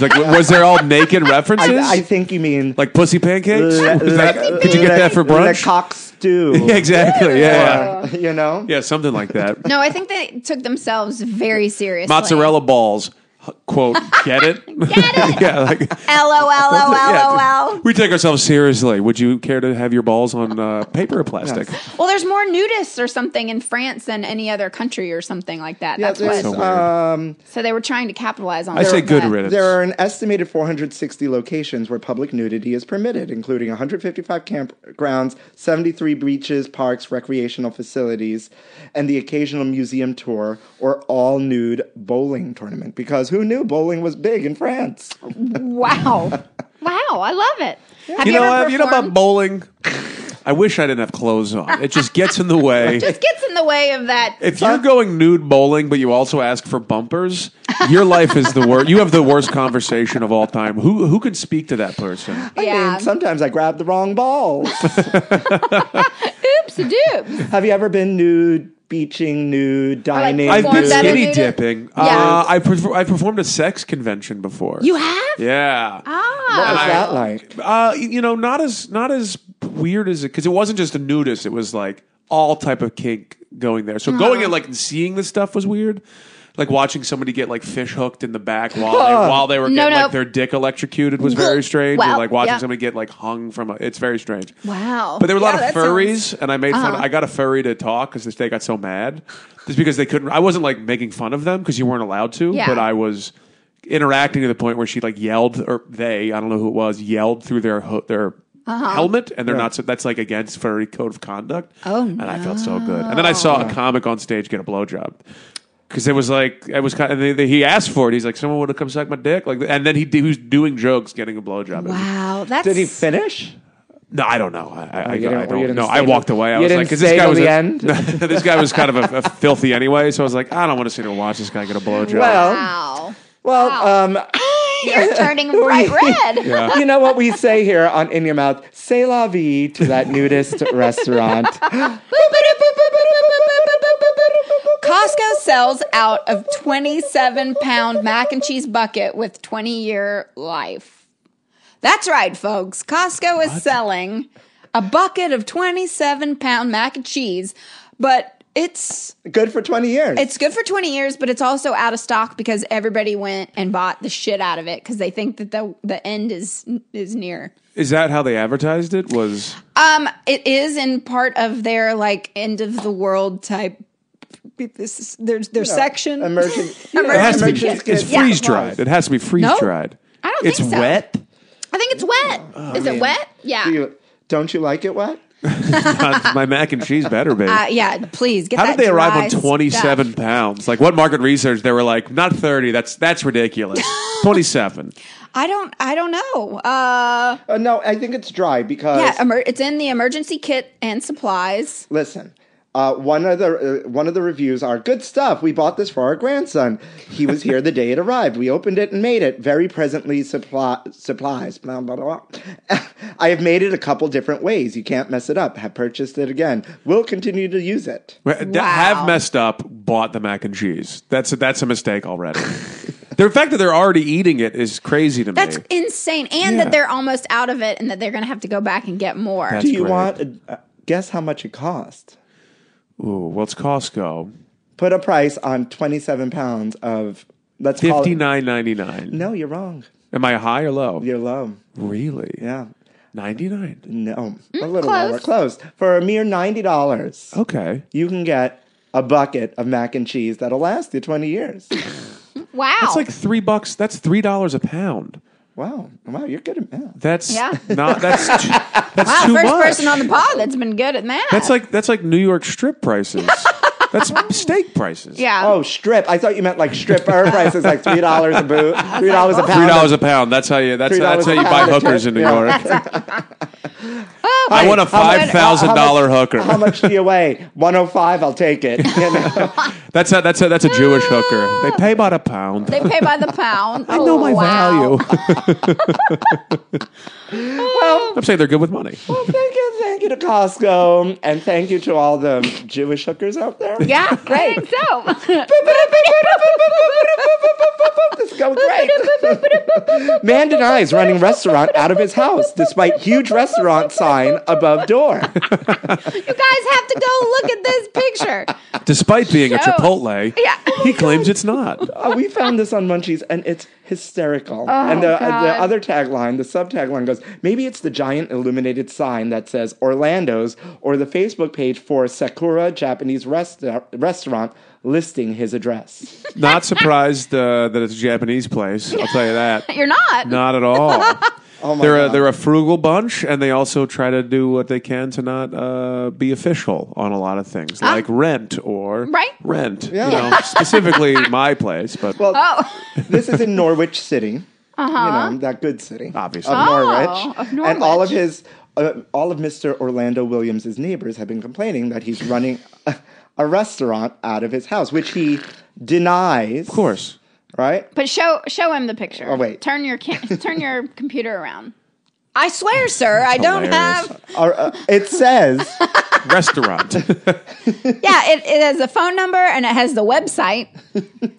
S2: *laughs*
S3: Like, w- was there all naked references?
S2: I, I think you mean
S3: like
S2: *laughs*
S3: pussy pancakes?
S2: Le-
S3: Was
S2: le-
S3: that- could you get
S2: le-
S3: that for brunch?
S2: Le cock stew.
S3: *laughs* yeah, exactly. Yeah, yeah,
S2: Uh, you know?
S3: Yeah, something like
S1: *laughs*
S3: that.
S1: No, I think they took themselves very seriously.
S3: Mozzarella balls. H- Quote. Get it?
S1: *laughs* Get
S3: *laughs*
S1: *laughs*
S3: yeah, like
S1: LOL,
S3: *laughs* yeah.
S1: LOL, LOL.
S3: We take ourselves seriously. Would you care to have your balls on uh, paper or plastic?
S1: Well, there's more nudists or something in France than any other country or something like that.
S2: Yeah,
S1: That's what.
S2: there's,
S3: So
S1: So,
S3: weird.
S2: um,
S1: they were trying to capitalize on.
S3: I say
S1: that.
S3: good riddance.
S2: there are an estimated 460 locations where public nudity is permitted, including 155 campgrounds, 73 beaches, parks, recreational facilities, and the occasional museum tour or all nude bowling tournament. Because who knew bowling was big in France?
S3: *laughs*
S1: Wow, wow, I love it. Have
S3: you
S1: you,
S3: know,
S1: ever
S3: what? you know about
S1: performed-
S3: bowling. I wish I didn't have clothes on. It just gets
S1: *laughs*
S3: in the way.
S1: Just gets in the way of that.
S3: If you're going nude bowling, but you also ask for bumpers, your life is the worst. You have the worst conversation of all time. Who who can speak to that person?
S1: yeah.
S2: And sometimes I grab the wrong
S3: *laughs*
S2: balls.
S1: Oops, a doop.
S2: Have you ever been nude, beaching nude, dining?
S1: I've
S3: I've
S1: Performed
S3: been
S2: nude?
S1: at a
S3: skinny
S1: nude-
S3: dipping.
S1: Yeah.
S3: Uh, I perf- I performed a sex convention before.
S1: You have?
S3: Yeah.
S1: Ah.
S2: What's
S3: I-
S2: that like?
S3: Uh, y- you know, not as not as weird as it because it wasn't just a nudist. It was like all type of kink going there. So
S1: Uh-huh.
S3: going and like and seeing this stuff was weird. Like watching somebody get like fish hooked in the back while they, while they were
S1: No,
S3: getting
S1: no.
S3: like their dick electrocuted was very strange.
S1: Wow.
S3: Or like watching
S1: Yeah.
S3: somebody get like hung from a, it's very strange.
S1: Wow.
S3: But there were a lot
S1: Yeah, that
S3: of
S1: sounds- Uh-huh.
S3: furries, and I made fun. I got a furry to talk because they got so mad, just because they couldn't. I wasn't like making fun of them because you weren't allowed to.
S1: Yeah.
S3: But I was interacting to the point where she like yelled, or they, I don't know who it was, yelled through their ho- their helmet, and they're not. So, that's like against furry code of conduct.
S1: Oh,
S3: and I felt so good. And then I saw a comic on stage get a blowjob. Because it was like it was kind of, and they, he asked for it. He's like, "Someone would have come suck my dick," like, and then he, he was doing jokes, getting a blowjob. It was
S1: Wow, that's
S2: Did he finish?
S3: no, I don't know. I, I, I,
S2: you didn't-
S3: I
S2: you
S3: don't
S2: didn't
S3: know.
S2: stay
S3: I walked
S2: till-
S3: away. I
S2: you
S3: was
S2: didn't
S3: like, 'cause
S2: stay
S3: this guy
S2: till
S3: was
S2: the
S3: a-
S2: end?
S3: *laughs* this guy was kind of a, a filthy anyway. So I was like, I don't want to sit here and watch this guy get a blowjob.
S2: Well-
S1: Wow.
S2: Well,
S1: Wow.
S2: um,
S1: You're turning
S3: *laughs*
S1: bright red.
S2: you know what we say here on In Your Mouth? Say la vie to that nudist
S1: *laughs*
S2: restaurant.
S1: Costco sells out of 27 pound mac and cheese bucket with 20 year life. That's right, folks. Costco is selling a bucket of 27 pound mac and cheese, but it's
S2: Good for 20 years.
S1: it's good for 20 years, but it's also out of stock because everybody went and bought the shit out of it because they think that the the end is is near.
S3: Is that how they advertised it? Was
S1: Um, it is in part of their like end of the world type. This is their their section. *laughs*
S2: Emergent.
S3: it has to be?
S1: Emergency
S3: It's
S1: kit. Yeah.
S3: freeze dried. It has to be freeze dried.
S1: I don't
S3: It's
S1: think so. *laughs*
S3: wet.
S1: I think it's wet. is it wet? Yeah.
S2: Do you, don't you like it wet?
S3: My mac and cheese
S1: *laughs*
S3: better, baby.
S1: uh, yeah. Please get.
S3: how
S1: that
S3: did they arrive
S1: dry
S3: on twenty seven
S1: stuff.
S3: pounds? Like what market research? They were like, not thirty. That's that's ridiculous.
S1: *laughs*
S3: twenty seven.
S1: I don't. I don't know. Uh,
S2: Uh, no, I think it's dry because,
S1: yeah. um, Emer- it's in the emergency kit and supplies.
S2: listen. Uh, one of the uh, one of the reviews are good stuff. We bought this for our grandson. He was here the day it arrived. We opened it and made it. Very presently supply, supplies. Blah, blah, blah. *laughs* I have made it a couple different ways. You can't mess it up. Have purchased it again. We'll continue to use it.
S3: Have messed up, bought the mac and cheese. That's a, that's a mistake already. *laughs* the fact that they're already eating it is crazy to
S1: That's
S3: me.
S1: insane, and
S3: Yeah.
S1: that they're almost out of it, and that they're going to have to go back and get more.
S3: That's-
S2: Do you
S3: great.
S2: want? Uh, guess how much it cost?
S3: Ooh, well, it's Costco.
S2: put a price on 27 pounds of, let's call
S3: Fifty
S2: it.
S3: nine ninety nine.
S2: No, you're wrong.
S3: Am I high or low?
S2: You're low.
S3: Really?
S2: Yeah.
S3: Ninety nine.
S2: No, a little lower.
S1: close.
S2: Close. For a mere $90,
S3: Okay.
S2: you can get a bucket of mac and cheese that'll last you 20
S3: *laughs*
S2: years.
S1: Wow.
S3: That's like three bucks. That's three dollars a pound.
S2: wow. Wow, you're good at math.
S3: That's
S1: Yeah.
S3: not. That's
S1: *laughs*
S3: too, that's
S1: wow,
S3: too
S1: first
S3: much.
S1: person on the pod that's been good at math.
S3: *laughs* that's like that's like New York strip prices.
S1: *laughs*
S3: that's steak prices.
S1: yeah.
S2: Oh, strip. I thought you meant like
S3: *laughs*
S2: stripper prices, like $3 a boot, $3 a
S3: Three
S2: pound.
S3: dollars a pound. That's how you. That's,
S2: $3
S3: that's how
S2: a
S3: you buy
S2: pound.
S3: hookers in New
S2: Yeah.
S3: York.
S1: Oh,
S3: I want a
S2: How much-
S3: five thousand dollar
S2: How
S3: hooker.
S2: much do you weigh? 105, I'll take it. You know?
S3: That's a that's a that's a Jewish
S2: *laughs*
S3: hooker. They pay about a pound.
S1: they pay by the pound. Oh,
S3: I know my
S1: wow. *laughs*
S3: value. *laughs* I'm saying they're good with money.
S2: Well, thank you, thank you to Costco, and thank you to all the Jewish hookers out there.
S3: *laughs*
S1: Yeah, I think *laughs* so.
S2: This is going
S1: *laughs*
S2: great. Man denies running restaurant out of his house despite huge restaurant sign above door.
S1: you guys have to go look at this picture.
S3: Despite being a
S1: Show.
S3: Chipotle,
S1: Yeah.
S3: he claims it's not.
S1: *laughs*
S2: Uh, we found this on Munchies, and it's hysterical. and the, uh, the
S1: Oh, God.
S2: other tagline, the subtagline goes, maybe it's the giant illuminated sign that says Orlando's or the Facebook page for Sakura Japanese resta- restaurant listing his address.
S3: Not surprised uh, that it's a Japanese place. I'll tell
S1: *laughs*
S3: you that.
S1: You're not.
S3: Not at all.
S2: Oh my
S3: they're a,
S2: God.
S3: they're a frugal bunch, and they also try to do what they can to not uh, be official on a lot of things, like rent or
S1: Right.
S3: rent.
S2: Ah. Yeah. *laughs*
S3: You know, specifically my place, but
S2: well,
S1: Oh,
S2: this is in Norwich City. You know, that good city.
S3: Obviously.
S2: Of,
S3: Oh,
S2: Norwich.
S1: of
S2: And all Uh-huh. of
S1: Norwich.
S2: his, uh, all of Mr. Orlando Williams' neighbors have been complaining that he's running a, a restaurant out of his house, which he denies.
S3: of course.
S2: Right?
S1: but show show him the picture. Oh
S2: wait.
S1: turn your ca- turn your computer around. I swear, sir, I don't
S3: Hilarious.
S1: have.
S2: Or, uh, it *laughs* says,
S3: Restaurant. *laughs*
S1: Yeah, it, it has a phone number and it has the website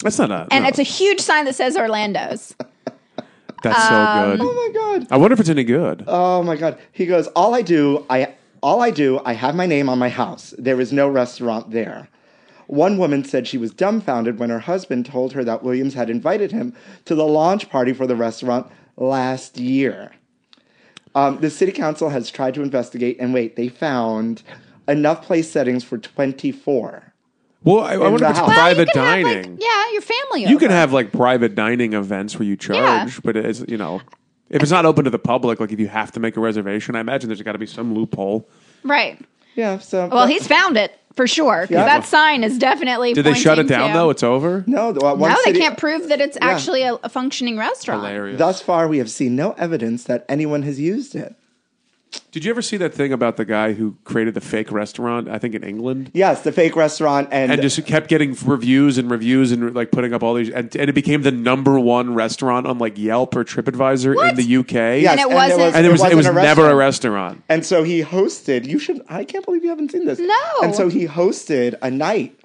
S3: That's not a.
S1: and
S3: no,
S1: it's a huge sign that says Orlando's.
S3: that's so good.
S2: oh my God.
S3: I wonder if it's any good.
S2: Oh my God. He goes, all I do, I, all I do, I have my name on my house. There is no restaurant there. One woman said she was dumbfounded when her husband told her that Williams had invited him to the launch party for the restaurant last year. Um, the city council has tried to investigate, and wait, they found enough place settings for 24.
S3: well, I, I wonder
S2: the
S3: if it's
S2: house. Well,
S3: *laughs* private
S1: You can have, like-
S3: dining.
S1: yeah, your family.
S3: You can have like private dining events where you charge, but it's you know, if it's not open to the public, like if you have to make a reservation, I imagine there's got to be some loophole.
S1: right.
S2: Yeah, so.
S1: Well, he's found it for sure. 'cause
S2: Yeah.
S1: That sign is definitely.
S3: Did they shut it
S1: pointing
S3: down
S1: to-
S3: though? It's over.
S2: No, the- uh, one
S1: No, Oh, they
S2: city-
S1: can't prove that it's actually a, a functioning restaurant.
S3: Hilarious.
S2: Thus far, we have seen no evidence that anyone has used it.
S3: Did you ever see that thing about the guy who created the fake restaurant? I think in England.
S2: Yes, the fake restaurant and,
S3: And just kept getting reviews and reviews and like putting up all these, and, and it became the number one restaurant on like Yelp or TripAdvisor in
S1: What?
S3: the UK.
S2: Yes,
S1: And it wasn't-
S2: was-
S3: and it was it
S2: wasn't
S3: was
S2: a
S3: never a
S2: restaurant.
S3: restaurant.
S2: And so he hosted. You should. I can't believe you haven't seen this.
S1: No.
S2: And so he hosted a night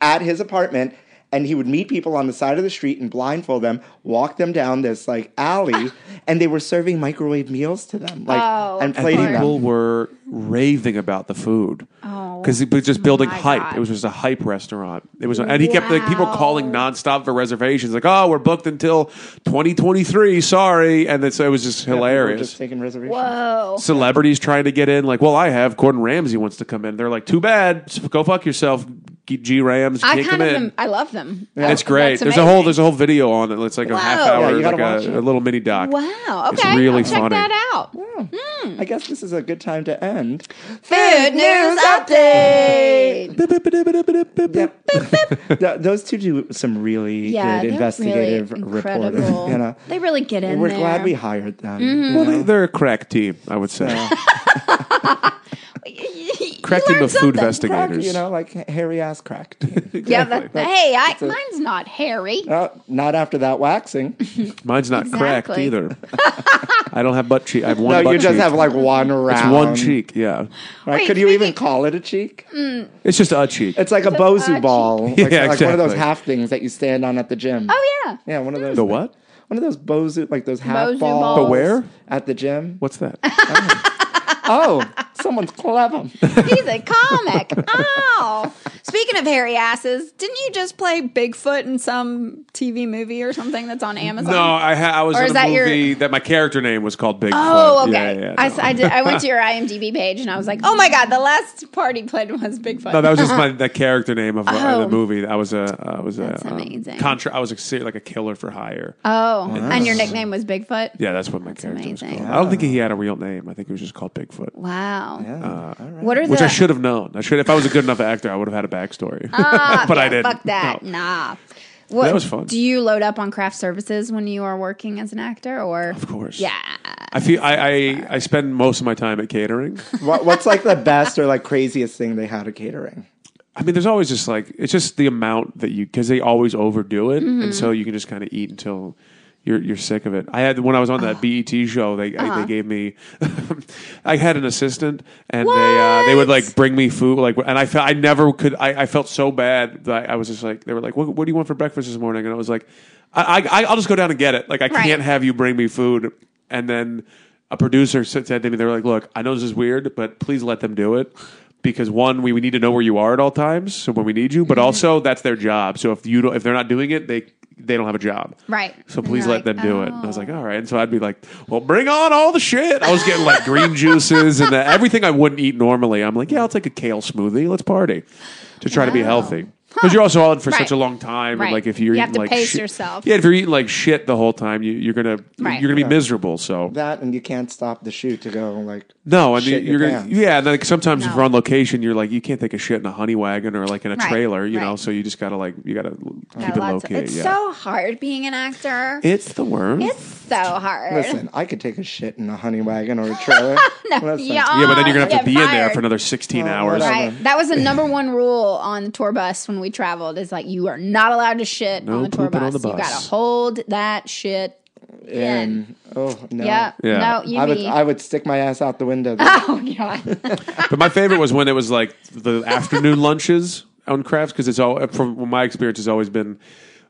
S2: at his apartment, and he would meet people on the side of the street and blindfold them, walk them down this like
S1: *laughs*
S2: alley, and they were serving microwave meals to them, like
S1: Oh,
S2: and
S1: of
S3: and
S2: plating
S3: people
S2: them.
S3: were raving about the food because it was just building
S1: Oh, my
S3: hype.
S1: God.
S3: It was just a hype restaurant. It was, and he kept like people
S1: Wow.
S3: calling nonstop for reservations, like, "Oh, we're booked until 2023. Sorry," and it's, it was just
S2: They were
S3: hilarious.
S2: Just taking reservations.
S1: Whoa.
S3: Celebrities trying to get in, like, "Well, I have Gordon Ramsay wants to come in." They're like, "Too bad, S- go fuck yourself, G- G Rams
S1: I
S3: can't
S1: kind
S3: come
S1: of
S3: in."
S1: am, I love them.
S3: It's great.
S1: That's
S3: There's a whole
S1: amazing.
S3: there's a whole video on it. It's like a half
S1: Wow. Yeah,
S3: hour,
S2: you
S3: like
S2: gotta watch
S3: a,
S2: it.
S3: a little mini doc.
S1: Wow. Okay.
S3: It's really
S1: I'll check
S3: funny.
S1: that out.
S2: I guess this is a good time to end.
S1: Food news update.
S2: Yep. *laughs* Th- Those two do some really
S1: Yeah, they're
S2: good
S1: really
S2: investigative reporting.
S1: incredible. Mm-hmm.
S2: You know,
S1: They really get in
S2: we're
S1: there. *laughs*
S2: glad we hired them. you
S3: Well,
S2: know?
S3: they, they're a crack team, I would say. crack team
S1: learned
S3: of food
S1: something.
S2: crack,
S3: investigators.
S2: you know, like hairy ass crack. *laughs*
S1: Yeah. That, hey, I, mine's not hairy.
S2: Uh, not after that waxing.
S3: Mine's not cracked
S1: Exactly. *laughs*
S3: either. I don't have butt cheek. I have one
S2: No,
S3: butt
S2: you just
S3: cheek.
S2: have like one
S3: it's
S2: round.
S3: one cheek, yeah.
S2: Right?
S1: Wait,
S2: Could you even
S1: speaking-
S2: call it a cheek?
S3: It's just a cheek.
S2: It's like a
S1: a
S2: Bozu
S1: cheek.
S2: ball. Like,
S3: *laughs* Yeah,
S2: like one of those
S3: exactly.
S2: half things that you stand on at the gym.
S1: Oh yeah.
S2: Yeah, one of those.
S3: The what?
S2: One of those Bozu, like those half
S1: Bozu
S2: balls.
S1: balls. But
S3: where?
S2: At the gym.
S3: What's that?
S2: Oh, Someone's clever.
S1: He's a
S3: *laughs*
S1: comic. Oh. Speaking of hairy asses, didn't you just play Bigfoot in some TV movie or something that's on Amazon?
S3: No, I, ha- I was
S1: Or
S3: in
S1: is
S3: a
S1: that your-
S3: movie that my character name was called Bigfoot.
S1: Oh,
S3: Yeah,
S1: okay.
S3: yeah,
S1: I,
S3: no.
S1: s- I did, I went to your
S3: *laughs*
S1: IMDb page and I was like, oh my God, the last part he played was Bigfoot.
S3: No, that was
S1: *laughs*
S3: just my the character name of uh,
S1: Oh.
S3: the movie. I was a I was a
S1: That's
S3: um,
S1: amazing.
S3: contra- I was a, ser- like a killer for hire.
S1: oh, and your nickname was Bigfoot?
S3: yeah, that's what my character was
S1: amazing.
S3: called. I don't think he had a real name. I think he was just called Bigfoot,
S1: Wow.
S2: Yeah.
S1: What are the.
S3: which
S1: *laughs*
S3: I should have known. I should if I was a good enough actor, I would have had a backstory.
S1: Ah,
S3: *laughs* but
S1: yeah,
S3: I didn't.
S1: Fuck that.
S3: No.
S1: Nah. What,
S3: That was fun.
S1: Do you load up on craft services when you are working as an actor or?
S3: Of course.
S1: Yeah.
S3: I feel I, I I spend most of my time at catering.
S2: What, what's like the best or like craziest thing they had at catering?
S3: I mean, there's always just like it's just the amount that you because they always overdo it, and so you can just kind of eat until you're you're sick of it. I had when I was on that BET show, they I, they gave me *laughs* I had an assistant, and they uh, they would like bring me food like, and I felt I never could I, I felt so bad that I was just like they were like, what, what do you want for breakfast this morning? And I was like, I, I I'll just go down and get it. Like I
S1: Right.
S3: can't have you bring me food, and then. A producer said said to me, they were like, look, I know this is weird, but please let them do it because one, we, we need to know where you are at all times, so when we need you, but
S1: Mm-hmm.
S3: also that's their job. So if you don't, if they're not doing it, they they don't have a job.
S1: Right.
S3: So
S1: And
S3: please
S1: they're
S3: let
S1: like,
S3: them do it. And I was like, all right. And so I'd be like, well, bring on all the shit. I was getting like green juices and the, everything I wouldn't eat normally. I'm like, yeah, I'll take a kale smoothie. Let's party to try to be healthy. Because you're also on for such
S1: Right.
S3: a long time,
S1: Right.
S3: and like if you're
S1: You
S3: eating
S1: have to
S3: like
S1: pace
S3: shit-
S1: yourself.
S3: yeah, if you're eating like shit the whole time, you, you're gonna
S1: Right.
S3: you're gonna be miserable. So
S2: That and you can't stop the shoot to go like.
S3: no, and
S2: Shit your
S3: you're gonna,
S2: pants.
S3: yeah. And like sometimes if
S1: No.
S3: we're on location, you're like you can't take a shit in a honey wagon or like in a
S1: Right,
S3: trailer, you know.
S1: right.
S3: So you just gotta like you gotta keep
S1: Got lots
S3: it low
S1: of-
S3: key.
S1: it's
S3: yeah.
S1: so hard being an actor.
S3: it's the worm.
S1: It's so hard.
S2: Listen, I could take a shit in a honey wagon or a trailer. Listen,
S3: yeah, but then you're gonna have
S1: get
S3: to be in there
S1: fired.
S3: for another 16
S2: Well,
S3: hours.
S2: whatever.
S1: Right. That was the number one rule on the tour bus when we traveled is like you are not allowed to shit
S3: No
S1: on the tour
S3: pooping
S1: bus.
S3: on the
S1: You
S3: bus.
S1: gotta hold that shit in.
S2: And, oh no.
S1: Yeah.
S3: Yeah.
S1: No, you
S2: I would
S1: be-
S2: I would stick my ass out the window. Then.
S1: *laughs* Oh god.
S3: But my favorite was when it was like the afternoon lunches on crafts because it's all from my experience has always been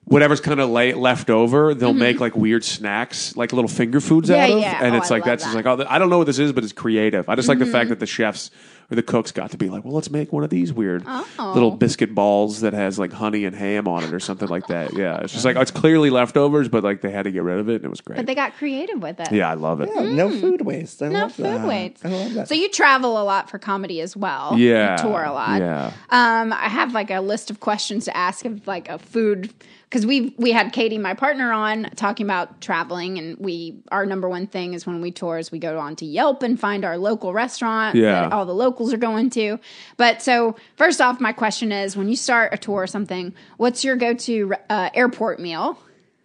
S3: whatever's kind of late left over they'll make like weird snacks like little finger foods
S1: Mm-hmm. Yeah,
S3: out of
S1: yeah.
S3: and
S1: Oh,
S3: it's
S1: I
S3: like
S1: love
S3: that's just
S1: that. Mm-hmm.
S3: like oh th- I don't know what this is but it's creative I just like the fact that the chefs or the cooks got to be like well let's make one of these weird
S1: Oh.
S3: little biscuit balls that has like honey and ham on it or something like that yeah it's just like it's clearly leftovers but like they had to get rid of it and it was great
S1: but they got creative with it.
S3: yeah I love it
S2: Yeah, No food waste. I
S1: Hmm. No
S2: love
S1: food
S2: that.
S1: waits.
S2: I love that.
S1: So you travel a lot for comedy as well.
S3: yeah
S1: You tour a lot.
S3: yeah
S1: Um, I have like a list of questions to ask of like a food because we we had Katie, my partner, on talking about traveling, and we our number one thing is when we tour is we go on to Yelp and find our local restaurant
S3: Yeah.
S1: that all the locals are going to. But so first off, my question is: when you start a tour or something, what's your go to uh, airport meal?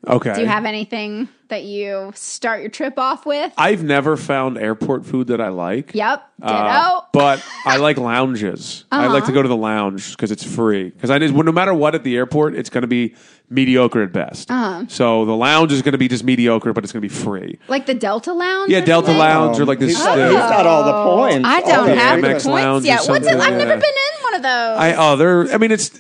S3: okay
S1: Do you have anything that you start your trip off with?
S3: I've never found airport food that I like.
S1: yep, ditto.
S3: Uh, but I like lounges. I like to go to the lounge because it's free. Because I well, no matter what at the airport, it's going to be mediocre at best. So the lounge is going to be just mediocre, but it's going to be free.
S1: like the Delta Lounge.
S3: Yeah,
S1: or
S3: Delta
S1: something?
S3: Lounge. or like this-
S2: He's got,
S3: uh,
S2: Oh. he's got all the points.
S1: Oh. I don't
S2: Oh, All the
S1: have the
S3: Amex
S1: points
S2: freedom.
S3: Lounge or
S1: yet. What's it?
S3: something,
S1: I've
S3: yeah.
S1: never been in one of those.
S3: I oh, they're. I mean, it's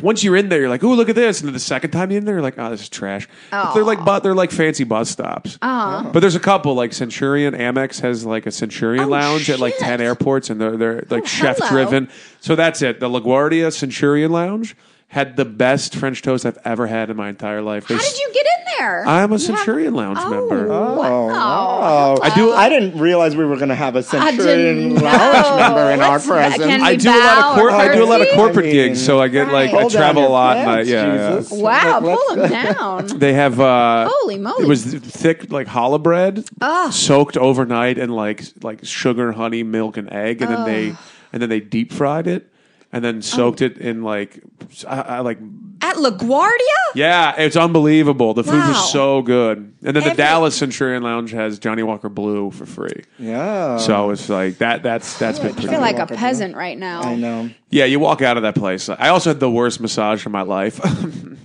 S3: once you're in there, you're like, oh, look at this. And then the second time you're in there, you're like, oh, this is trash. But they're like, but they're like fancy bus stops.
S2: Oh.
S3: But there's a couple like Centurion. Amex has like a Centurion
S1: Oh,
S3: lounge at like
S1: shit. Oh,
S3: ten airports, and they're they're like chef
S1: hello.
S3: driven. So that's it. The LaGuardia Centurion Lounge had the best French toast I've ever had in my entire life. They
S1: How did
S3: s-
S1: you get in there?
S3: I'm a Centurion Lounge
S1: Oh.
S3: member.
S2: Oh,
S1: Wow.
S2: wow. I do. Oh. I didn't realize we were going to have a centurion
S1: know.
S2: lounge member in our
S1: What's that?
S2: presence.
S1: Can
S3: I
S1: we
S3: do a lot
S1: bow
S3: of cor-
S1: or
S3: I do a lot of
S1: curtsy?
S3: corporate
S2: I mean,
S3: gigs, so I get like
S1: Right.
S3: I
S2: Pull down
S3: travel a
S2: your
S3: lot. and I-
S2: pants,
S3: yeah, yeah.
S2: Jesus.
S1: wow,
S2: Let- let's
S1: pull
S2: *laughs* go.
S1: them
S3: *laughs*
S1: down.
S3: They have uh,
S1: Holy moly. Ah.
S3: It was thick like challah bread,
S1: Ugh.
S3: soaked overnight in like like sugar, honey, milk, and egg, and then they and then they deep fried it, and
S1: Oh.
S3: then soaked it in like I, I like
S1: At LaGuardia?
S3: yeah, it's unbelievable. The food
S1: Wow.
S3: was so good, and then the
S1: Every-
S3: Dallas Centurion Lounge has Johnny Walker Blue for free.
S2: Yeah.
S3: So it's like that. That's that's been pretty.
S1: Oh. I feel like a
S2: Walker,
S1: peasant right now.
S2: I know.
S3: Yeah, you walk out of that place. I also had the worst massage of my life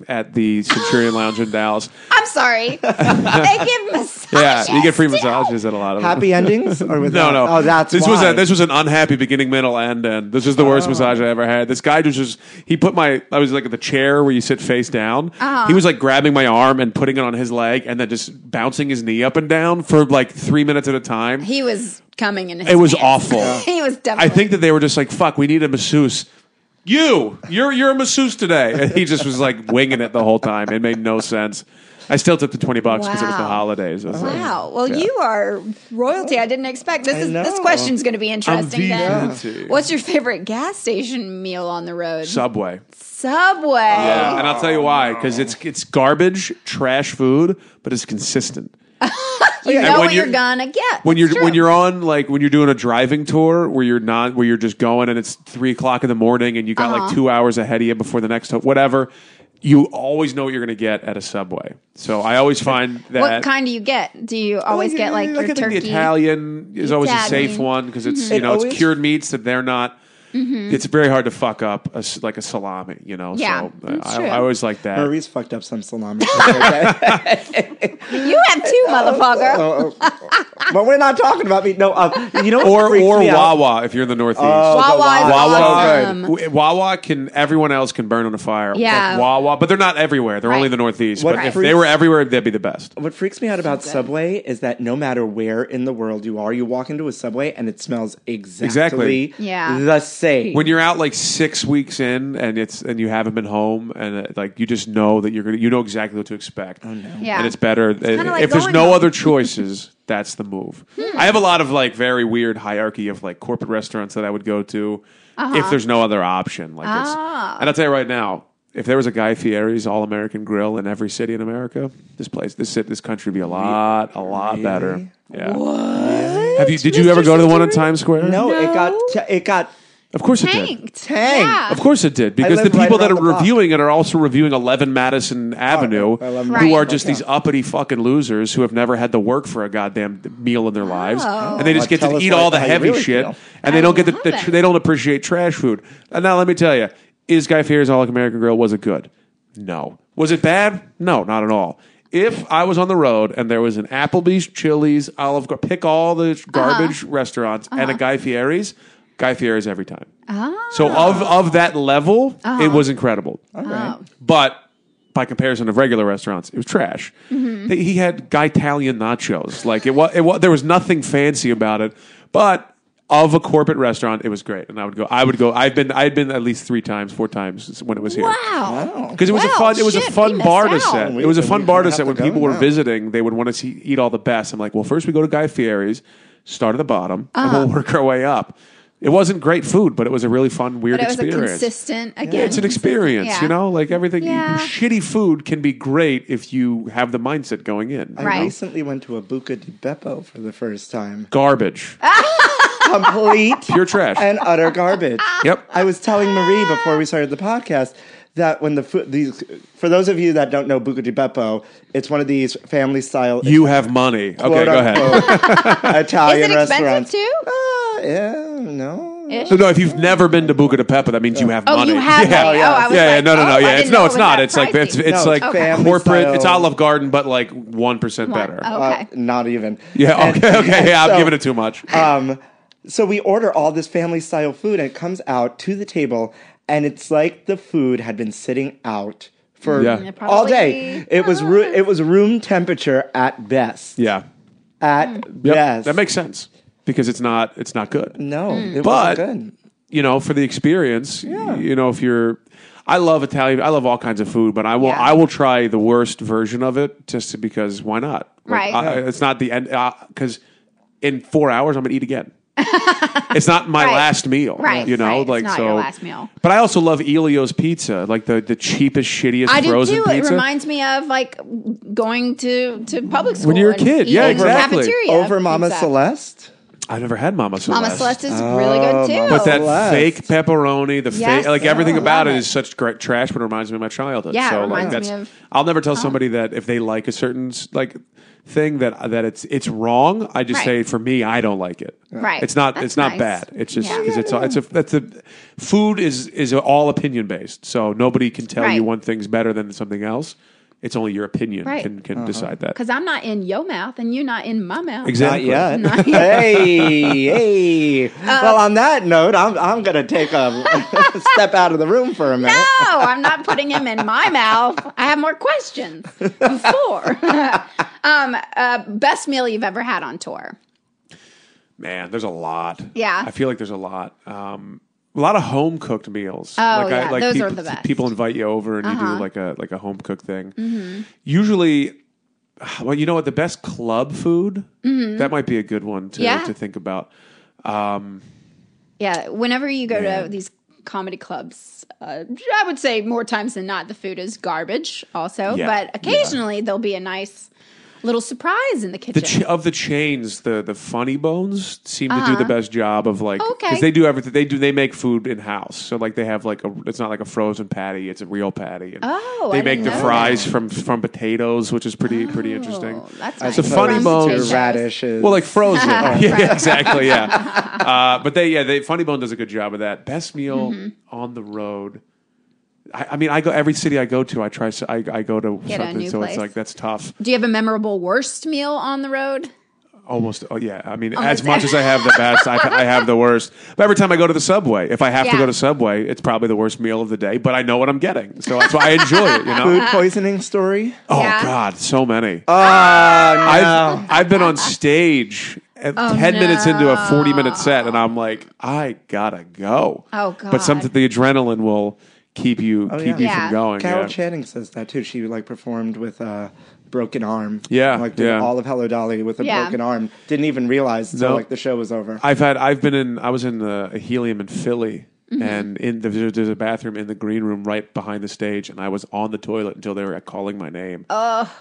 S3: *laughs* at the Centurion Lounge in Dallas.
S1: I'm
S2: *laughs*
S1: sorry. they give massages.
S3: Yeah, you get free
S1: too.
S3: massages at a lot of them.
S2: Happy endings
S3: *laughs*
S2: or with
S3: No,
S2: that?
S3: no.
S2: Oh, that's
S3: this
S2: why. Oh.
S3: was a, this was an unhappy beginning, middle, and end. This is the worst massage I ever had. This guy just was he put my I was like at the chair where you sit face down.
S1: Uh-huh.
S3: He was like grabbing my arm and putting it on his leg, and then just bouncing his knee up and down for like three minutes at a time.
S1: He was coming in his
S3: It was
S1: pants. *laughs*
S3: awful.
S1: he was
S3: I
S1: definitely.
S3: think that they were just like, "Fuck, we need a masseuse." You, you're you're a masseuse today, and he just was like winging it the whole time. It made no sense. I still took the twenty bucks because it was the
S1: Wow.
S3: holidays. I was like,
S1: Wow. Well,
S3: Yeah.
S1: you are royalty. I didn't expect this.
S2: I
S1: Is, this
S2: know.
S1: question's going to be interesting. Then,
S3: VVT.
S1: what's your favorite gas station meal on the road?
S3: Subway.
S1: Subway.
S3: Yeah, and I'll tell you why. Because it's it's garbage, trash food, but it's consistent.
S1: You
S3: And
S1: know
S3: when
S1: what you're,
S3: you're-
S1: gonna get
S3: When
S1: It's
S3: you're
S1: true.
S3: when you're on like when you're doing a driving tour where you're not where you're just going and it's three o'clock in the morning and you got like
S1: Uh-huh.
S3: two hours ahead of you before the next ho- whatever, you always know what you're going to get at a subway. So I always find that
S1: What kind do you get? Do you always get like
S3: I
S1: your
S3: think
S1: turkey?
S3: The Italian is always a safe
S1: Italian. Mm-hmm.
S3: one because it's you
S2: It
S3: know it's
S2: always-
S3: cured meats that they're not. It's very hard to fuck up a s like a salami, you know.
S1: Yeah,
S3: so uh,
S1: that's
S3: I,
S1: true.
S3: I always like that.
S2: Marie's fucked up some salami. *laughs* Okay?
S1: You have
S3: Oh,
S1: two, motherfucker.
S2: but we're not talking about me. No, uh, you know what
S3: or
S2: freaks
S3: or
S2: me out?
S3: Wawa if you're in the Northeast.
S2: Oh,
S1: Wawa
S2: the
S1: is
S2: Wawa.
S3: Wawa,
S1: awesome.
S3: W- Wawa can everyone else can burn on a fire.
S1: Yeah.
S3: Like Wawa, but they're not everywhere. They're only
S1: Right.
S3: in the Northeast.
S2: What
S3: but if
S2: freaks-
S3: they were everywhere, they'd be the best.
S2: What freaks me out about Subway is that no matter where in the world you are, you walk into a Subway and it smells exactly,
S3: Exactly.
S1: Yeah.
S2: the same.
S3: When you're out like six weeks in and it's and you haven't been home and uh, like you just know that you're gonna you know exactly what to expect. Oh no.
S1: Yeah.
S3: And it's better if
S1: kinda like
S3: there's
S1: going
S3: no
S1: home. Hmm. *laughs*
S3: other choices. That's the move. I have a lot of like very weird hierarchy of like corporate restaurants that I would go to
S1: Uh-huh.
S3: if there's no other option. Like, it's,
S1: Ah.
S3: and I'll tell you right now, if there was a Guy Fieri's All American Grill in every city in America, this place, this cit- this country would be a lot, a lot better. Yeah. Have you? Did you ever go to the one in Times Square?
S2: no, it got it got
S3: Of course it did.
S1: tanked.
S2: Tanked.
S3: Of course it did, because the
S2: live right
S3: people
S2: around
S3: that are
S2: the block. Oh,
S3: reviewing it are also reviewing 11 Madison Avenue,
S2: I love
S3: who
S1: Madison.
S3: are
S1: Right.
S3: just these uppity fucking losers who have never had to work for a goddamn meal in their lives, and they just
S2: Oh,
S3: get
S2: tell
S3: to
S2: us
S3: eat
S2: what-
S3: all the
S2: how you
S3: heavy
S2: really
S3: shit,
S2: feel.
S3: and they
S1: I
S3: don't get the,
S1: love
S3: the tr-
S1: it.
S3: they don't appreciate trash food. And now let me tell you, is Guy Fieri's All American Grill was it good? No. Was it bad? No, not at all. If I was on the road and there was an Applebee's, Chili's, Olive Garden, pick all the
S1: Uh-huh.
S3: garbage restaurants and a Guy Fieri's, Guy Fieri's every time. So of of that level, it was incredible. But by comparison of regular restaurants, it was trash. They- He had Italian nachos. Like it was, it was, there was nothing fancy about it. But of a corporate restaurant, it was great, and I would go. I would go. I've been. I'd been at least three times, four times when it was here.
S1: Wow.
S3: Because it was
S1: Wow,
S3: a fun, it was a
S1: shit, we
S3: fun
S1: missed
S3: bar to
S1: out.
S3: set.
S2: We-
S3: It was a
S2: we
S3: fun bar to
S2: have
S3: set
S2: to
S3: when
S2: go
S3: people were
S2: now.
S3: visiting. They would want to see, eat all the best. I'm like, well, first we go to Guy Fieri's, start at the bottom, and
S1: Uh-huh.
S3: we'll work our way up. It wasn't great food, but it was a really fun, weird
S1: But it was a
S3: experience.
S1: consistent again.
S3: Yeah, it's an experience,
S1: Yeah.
S3: you know. Like everything,
S1: Yeah.
S3: shitty food can be great if you have the mindset going in.
S2: I
S1: Right.
S2: recently went to a Buca di Beppo for the first time.
S3: Garbage,
S1: Ah.
S3: *laughs*
S2: Complete
S3: pure trash.
S2: and utter garbage.
S3: yep.
S2: I was telling Marie before we started the podcast that when the food, these, for those of you that don't know Buca di Beppo, it's one of these family style.
S3: you have money. Okay, go ahead.
S1: Is
S2: *laughs* Italian
S1: it expensive
S2: restaurants.
S1: too?
S2: Uh, yeah, no.
S1: Ish?
S3: So no, if you've never been to Buca di Pepe, that means you have
S1: Oh,
S3: money.
S1: you have
S3: yeah.
S1: money. Oh, I was
S3: yeah, yeah,
S1: like,
S3: no, no, no.
S1: oh, I
S3: yeah,
S1: didn't
S3: it's
S1: know
S3: no,
S1: it
S3: it's
S1: was
S3: not.
S1: that
S3: It's like it's
S1: pricey.
S3: it's
S2: No,
S3: like
S2: it's family
S3: corporate.
S2: style.
S3: It's Olive Garden, but like one percent better.
S1: oh.
S2: Uh,
S1: Okay.
S2: not even.
S3: Yeah.
S2: And-
S3: Okay. Okay. Yeah, I'm
S2: so-
S3: giving it too much.
S1: uh,
S2: um, so we order all this family style food and it comes out to the table and it's like the food had been sitting out for
S3: Yeah. Yeah,
S2: all day.
S1: probably.
S2: It was ru- it was room temperature at best.
S3: yeah.
S2: At
S3: Yep.
S2: best.
S3: That makes sense because it's not it's not good.
S2: no. It
S3: But-
S2: wasn't good.
S3: you know, for the experience. You know, if you're, I love Italian. I love all kinds of food, but I will.
S1: Yeah.
S3: I will try the worst version of it just because why not?
S1: Right.
S3: I, it's not the end because in four hours I'm gonna eat again. *laughs* it's not my
S1: Right.
S3: last meal.
S1: Right,
S3: You know,
S1: right. It's
S3: like
S1: not
S3: so.
S1: your last meal.
S3: But I also love Elio's pizza, like the the cheapest, shittiest
S1: I do
S3: frozen
S1: too.
S3: pizza.
S1: It reminds me of like going to to public school
S3: you're a
S1: and
S3: kid. Yeah,
S1: eating in the
S3: exactly.
S1: Cafeteria
S2: Over Mama
S1: pizza.
S2: Celeste?
S3: I've never had Mama Celeste.
S1: Mama Celeste is really good too.
S2: Mama
S3: But that
S2: Celeste.
S3: fake pepperoni, the
S1: Yes.
S3: fake like everything
S1: Oh,
S3: about
S1: love
S3: it
S1: it.
S3: is such great trash, but it reminds me of my childhood.
S1: Yeah, it
S3: so like
S1: reminds me
S3: that's
S1: of-
S3: I'll never tell somebody that if they like a certain s- like thing that that it's it's wrong. I just
S1: Right.
S3: say for me, I don't like it.
S1: Right.
S3: It's not
S1: That's
S3: it's not
S1: nice.
S3: bad. It's just
S1: Yeah.
S3: because it's all it's a that's a food is is all opinion based. So nobody can tell
S1: Right.
S3: you one thing's better than something else. It's only your opinion
S1: Right.
S3: can
S2: Uh-huh.
S3: can decide that.
S1: Because I'm not in your mouth and you're not in my mouth.
S2: Not
S3: Exactly.
S2: yet. *laughs* hey, hey. well, on that note, I'm, I'm going to take a *laughs* step out of the room for a minute.
S1: No, I'm not putting him in my mouth. I have more questions. *laughs* Before, um, uh, best meal you've ever had on tour?
S3: Man, there's a lot.
S1: Yeah.
S3: I feel like there's a lot. Um, a lot of home cooked meals. Oh
S1: yeah, those
S3: people,
S1: are the best. Uh-huh.
S3: People invite you over and you do like a like a home cooked thing.
S1: Mm-hmm.
S3: Usually, well, you know what? The best club food that might be a good one to
S1: Mm-hmm. Yeah.
S3: to think about.
S1: Yeah, whenever you go
S3: Yeah.
S1: to these comedy clubs, uh, I would say more times than not the food is garbage. Also,
S3: Yeah,
S1: but
S3: yeah.
S1: occasionally there'll be a nice little surprise in the kitchen.
S3: The ch- of the chains, the the Funny Bones seem to do the best job of like
S1: Uh-huh. Oh, Okay.
S3: because they do everything. They do they make food in house, so like they have like a it's not like a frozen patty, it's a real patty. And
S1: Oh,
S3: they
S1: I
S3: make
S1: didn't
S3: the
S1: know
S3: fries from from potatoes, which is pretty pretty interesting.
S1: Oh, that's nice.
S3: It's a funny
S1: From
S3: bone.
S1: potatoes.
S2: radishes.
S3: Well, like
S1: *laughs*
S3: frozen. *laughs* yeah, exactly. Yeah, uh, but they yeah, they Funny Bone does a good job of that. Best meal
S1: Mm-hmm.
S3: on the road. I, I mean, I go every city I go to. I try. s- I, I go to
S1: Get a
S3: something,
S1: new
S3: so
S1: place.
S3: it's like that's tough.
S1: Do you have a memorable worst meal on the road?
S3: Almost, oh yeah. I mean,
S1: Almost
S3: as much as I have the best, I, I have the worst. But every time I go to the subway, if I have to
S1: Yeah.
S3: go to subway, it's probably the worst meal of the day. But I know what I'm getting, so that's why I enjoy it.
S1: *laughs*
S3: You know?
S2: food
S1: Uh-huh.
S2: poisoning
S1: *gasps*
S2: story.
S3: Oh
S1: Yeah.
S3: God, so many.
S2: Ah,
S3: I've, I've been on stage at
S1: Oh,
S3: 10 minutes into a 40 minute set and I'm like, I gotta go.
S1: Oh,
S3: But something
S1: God.
S3: the adrenaline will keep you keep
S2: yeah.
S3: you
S1: Yeah.
S3: from going.
S2: Carol
S3: yeah.
S2: Channing says that too. She like performed with a broken arm.
S3: Yeah,
S2: like did
S3: yeah.
S2: all of Hello Dolly with a
S1: Yeah.
S2: broken arm. Didn't even realize until
S3: No.
S2: like the show was over.
S3: I've had I've been in I was in the a helium in Philly
S1: Mm-hmm.
S3: and in the, there's there's a bathroom in the green room right behind the stage and I was on the toilet until they were calling my name.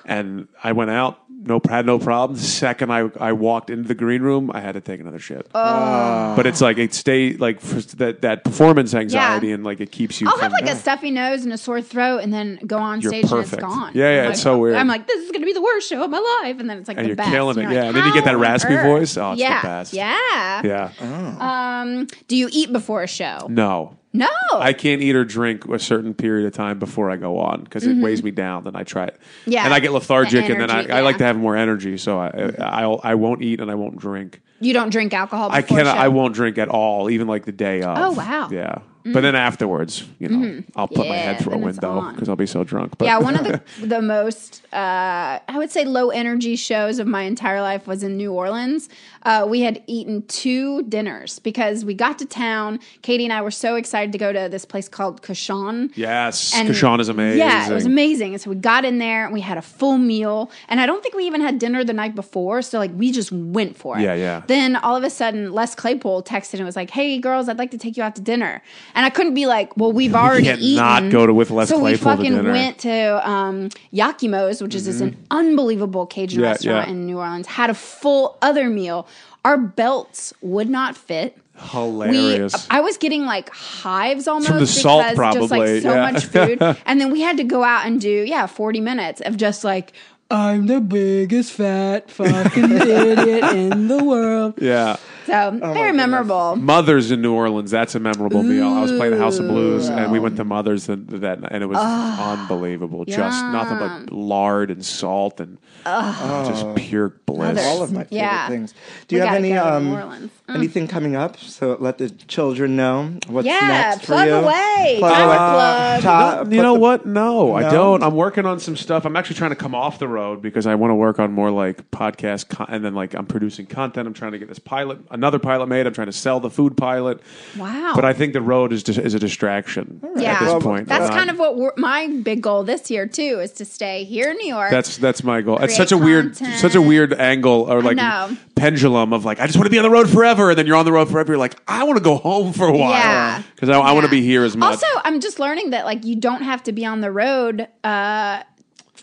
S3: And I went out, no had no problem. The second I I walked into the green room, I had to take another shit. But it's like it stay like for that that performance anxiety and like it keeps you
S1: I'll
S3: from
S1: have like a stuffy nose and a sore throat, and then go on
S3: You're
S1: stage
S3: perfect.
S1: and it's gone.
S3: Yeah, yeah,
S1: I'm
S3: it's
S1: like-
S3: so weird.
S1: I'm like, this is gonna be the worst show of my life, and then it's like
S3: And
S1: the
S3: you're
S1: best.
S3: killing
S1: you're
S3: it.
S1: like,
S3: Yeah, and then you get that
S1: "How on
S3: raspy
S1: earth?"
S3: voice. Oh, it's the
S1: yeah,
S3: best.
S1: Yeah.
S3: yeah.
S1: Um, do you eat before a show?
S3: No.
S1: No.
S3: I can't eat or drink a certain period of time before I go on because it weighs me down. Then I try it,
S1: Mm-hmm. Yeah.
S3: and I get lethargic,
S1: The
S3: and then I,
S1: energy,
S3: I like
S1: yeah.
S3: to have more energy, so I I'll, I won't eat and I won't drink.
S1: you don't drink alcohol. Before
S3: I cannot.
S1: A show.
S3: I won't drink at all, even like the day of.
S1: Oh, wow. Mm-hmm.
S3: Yeah, but then afterwards, you know, I'll put my head
S1: Yeah,
S3: through a
S1: then it's
S3: window
S1: on.
S3: because I'll be so drunk. But
S1: Yeah, one
S3: *laughs*
S1: of the the most uh, I would say low energy shows of my entire life was in New Orleans. Uh, we had eaten two dinners because we got to town. Katie and I were so excited to go to this place called Kashan.
S3: yes,
S1: And-
S3: Kashan is amazing.
S1: Yeah, it was amazing. And so we got in there and we had a full meal. And I don't think we even had dinner the night before. So like we just went for it.
S3: Yeah, yeah.
S1: Then all of a sudden, Les Claypool texted and was like, "Hey girls, I'd like to take you out to dinner." And I couldn't be like, "Well,
S3: *laughs*
S1: we've already
S3: can't
S1: eaten."
S3: not go to with Les
S1: so
S3: Claypool to
S1: we fucking
S3: dinner. Mm-hmm.
S1: went to um, Yakimo's, which is just an unbelievable Cajun
S3: Yeah,
S1: restaurant
S3: yeah.
S1: in New Orleans. Had a full other meal. Our belts would not fit. We,
S3: Hilarious.
S1: I was getting like hives almost
S3: From the salt,
S1: because just
S3: probably,
S1: like so
S3: yeah.
S1: much food,
S3: *laughs*
S1: and then we had to go out and do yeah forty minutes of just like
S4: I'm the biggest fat fucking idiot in the world.
S3: yeah.
S2: Oh
S1: so very memorable.
S3: Mothers in New Orleans. That's a memorable meal. I was playing the House of Blues, and we went to Mothers and that, and it was
S1: Ah,
S3: unbelievable. Just nothing but lard and salt and
S1: Ah.
S3: just pure bliss.
S1: Mothers.
S2: all of my favorite
S1: Yeah.
S2: things.
S1: We
S2: Do you have
S1: gotta
S2: any
S1: go to New
S2: um
S1: Orleans. Mm.
S2: anything coming up? So let the children know what's
S1: Yeah,
S2: next
S1: plug
S2: for you.
S1: away.
S2: Plug
S1: Power
S2: away.
S1: plug.
S2: Top,
S3: you
S2: put
S3: know
S2: the-
S3: what? No, I
S2: No?
S3: don't. I'm working on some stuff. I'm actually trying to come off the road because I want to work on more like podcast con- and then like I'm producing content. I'm trying to get this pilot, another pilot made. I'm trying to sell the food pilot.
S1: Wow.
S3: But I think the road is dis- is a distraction
S1: yeah,
S3: at this point.
S1: that's
S3: Uh,
S1: kind of what we're, my big goal this year too is to stay here in New York.
S3: That's that's my goal. It's
S1: Create
S3: such a weird
S1: content.
S3: such a weird angle or like
S1: know.
S3: pendulum of like I just want to be on the road forever and then you're on the road forever you're like I want to go home for a while.
S1: Yeah.
S3: Cuz I, I want to
S1: Yeah.
S3: be here as much.
S1: Also, I'm just learning that like you don't have to be on the road uh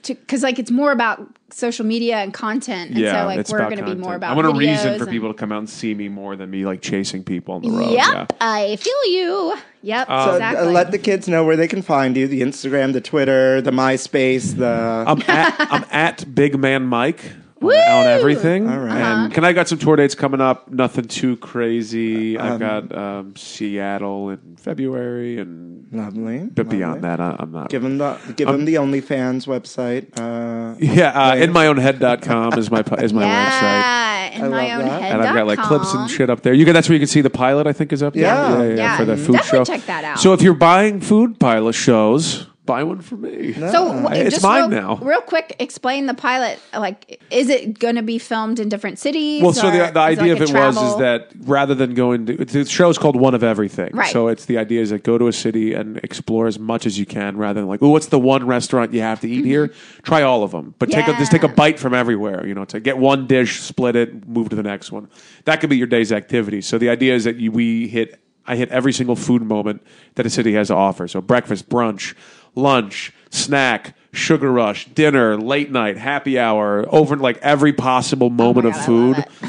S1: to cuz like it's more about social media and content. And so like
S3: it's
S1: we're
S3: about
S1: going to be more
S3: content.
S1: about
S3: I want a reason
S1: videos
S3: for
S1: and-
S3: people to come out and see me more than me like chasing people on the road.
S1: Yep,
S3: yeah.
S1: I feel you. Yep,
S2: So, uh,
S1: exactly.
S2: let the kids know where they can find you: the Instagram, the Twitter, the MySpace, the
S3: I'm at
S1: *laughs*
S3: I'm at Big Man Mike on,
S1: Woo! Uh-huh.
S3: on everything.
S2: All right.
S3: And can I got some tour dates coming up? Nothing too crazy. I've got um, Seattle in February and
S2: lovely.
S3: but beyond that I, I'm not
S2: give them the give
S3: Um,
S2: them the OnlyFans website. Uh,
S3: Yeah, uh, inmyownhead.com is my pu- is my website.
S1: yeah, in
S2: I
S1: my
S2: love
S1: own
S2: that.
S1: head.
S3: And I've got like
S1: dot
S3: clips and
S1: com.
S3: shit up there. You can, that's where you can see the pilot. I think is up there.
S2: Yeah.
S1: Yeah,
S3: for that food
S1: definitely
S3: show.
S1: check that out.
S3: So if you're buying food pilot shows, buy one for me.
S1: So wh-
S3: It's
S1: just
S3: mine
S1: real,
S3: now.
S1: Real quick, explain the pilot. Like, is it going to be filmed in different cities?
S3: Well, so
S1: or
S3: the, the
S1: is like
S3: idea
S1: a
S3: of it was is
S1: travel-
S3: that rather than going to the show is called One of Everything.
S1: Right.
S3: So it's the idea is that go to a city and explore as much as you can rather than like, oh, what's the one restaurant you have to
S1: *laughs*
S3: eat here? Try all of them, but take a, just take a
S1: Yeah.
S3: bite from everywhere. You know, to get one dish, split it, move to the next one. That could be your day's activity. So the idea is that you, we hit I hit every single food moment that a city has to offer. So breakfast, brunch, lunch, snack. Sugar rush, dinner, late night, happy hour, over like every possible moment
S1: Oh my
S3: of
S1: God, I love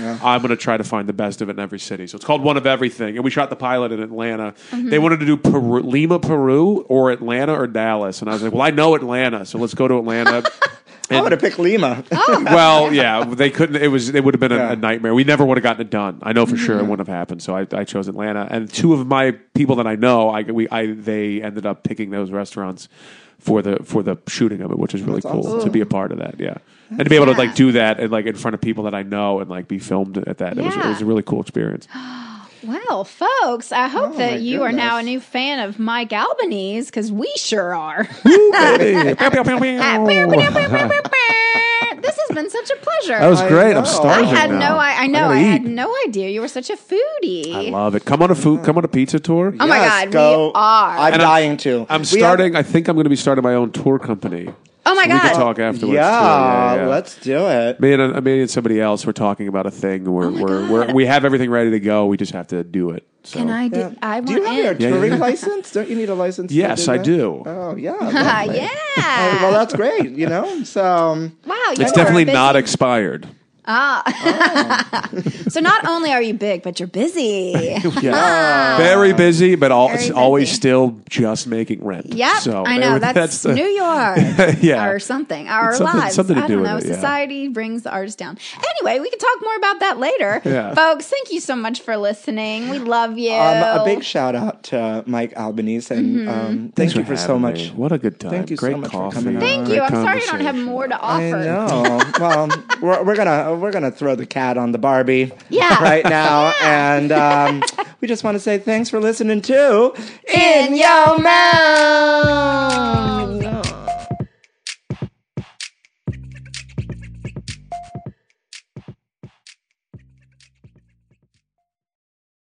S3: food.
S1: it.
S3: I'm going to try to find the best of it in every city. So it's called One of Everything. And we shot the pilot in Atlanta.
S1: Mm-hmm.
S3: They wanted to do Peru, Lima, Peru, or Atlanta or Dallas. And I was like, well, I know Atlanta, so let's go to
S1: *laughs*
S3: Atlanta.
S2: I would have picked Lima.
S1: Oh
S3: well, yeah, they couldn't. It was it would have been a,
S2: Yeah.
S3: a nightmare. We never would have gotten it done. I know for sure it wouldn't have happened. So I, I chose Atlanta, and two of my people that I know, I, we, I they ended up picking those restaurants for the for the shooting of it, which is really cool
S2: awesome.
S3: to be a part of that. Yeah, and to be able to
S1: Yeah.
S3: like do that and like in front of people that I know and like be filmed at that. It was it
S1: Yeah.
S3: was a really cool experience.
S1: *gasps* Well, folks, I hope
S2: Oh, my
S1: that you are now a
S2: goodness.
S1: new fan of Mike Albanese because we sure
S3: *laughs*
S1: are. this has been such a pleasure.
S3: That was
S2: I
S3: great.
S2: know.
S3: *laughs* I'm
S1: I
S3: starving.
S1: had
S3: now.
S1: no, I, I know, I,
S3: gotta
S1: had
S3: eat.
S1: no idea you were such a foodie.
S3: I love it. Come on a food. Come on a pizza tour.
S1: Oh my
S2: Yes,
S1: God, we
S2: go.
S1: are.
S2: I'm
S3: And I'm-
S2: dying to.
S3: I'm
S2: We
S3: starting. I think I'm going to be starting my own tour company.
S1: oh my
S3: We
S1: God,
S3: could talk
S2: Have,
S3: afterwards.
S2: yeah,
S3: too. yeah, yeah.
S2: let's do it.
S3: Me and, uh, me and somebody else were talking about a thing
S1: Oh
S3: where we're, we're, we have everything ready to go. We just have to do it. So.
S1: can I? Do,
S2: Yeah.
S1: I want
S2: do you have your
S1: in.
S3: yeah,
S2: touring
S3: yeah.
S2: license? Don't you need a license? to
S3: Yes, I
S2: that?
S3: do.
S2: Oh yeah, *laughs*
S1: Ah,
S2: lovely.
S1: yeah.
S2: Oh,
S1: *laughs*
S2: well, that's great. You know, so um,
S1: wow, you
S3: It's
S1: are
S3: definitely
S1: busy. *laughs*
S3: not expired.
S1: So not only are you big, but you're
S3: *laughs*
S1: busy.
S3: Very busy, but
S1: Ah.
S3: all,
S1: Very
S3: it's always
S1: busy.
S3: still just making rent.
S1: Yep,
S3: So
S1: I know
S3: *laughs* every-
S1: that's,
S3: the-
S1: New York,
S3: *laughs* Yeah.
S1: or something. Our
S3: It's something-
S1: lives,
S3: something to
S1: I don't
S3: do with
S1: know.
S3: it, yeah.
S1: Society brings the artist down. Anyway, we can talk more about that later,
S3: Yeah.
S1: folks. Thank you so much for listening. We love you.
S2: a big shout out to Mike Albanese and
S1: Mm-hmm.
S2: um, thank
S3: Thanks
S2: you for so
S3: having
S2: much.
S3: me. What a good time.
S2: Thank you so
S3: Great
S2: much for
S3: coffee.
S2: coming on.
S1: Thank you. I'm sorry I don't have more to offer.
S2: I know. well, we're, we're gonna we're gonna throw the cat on the Barbie.
S1: Yeah.
S2: Right now, and um, we just want to say thanks for listening to
S1: In Your
S2: Mouth.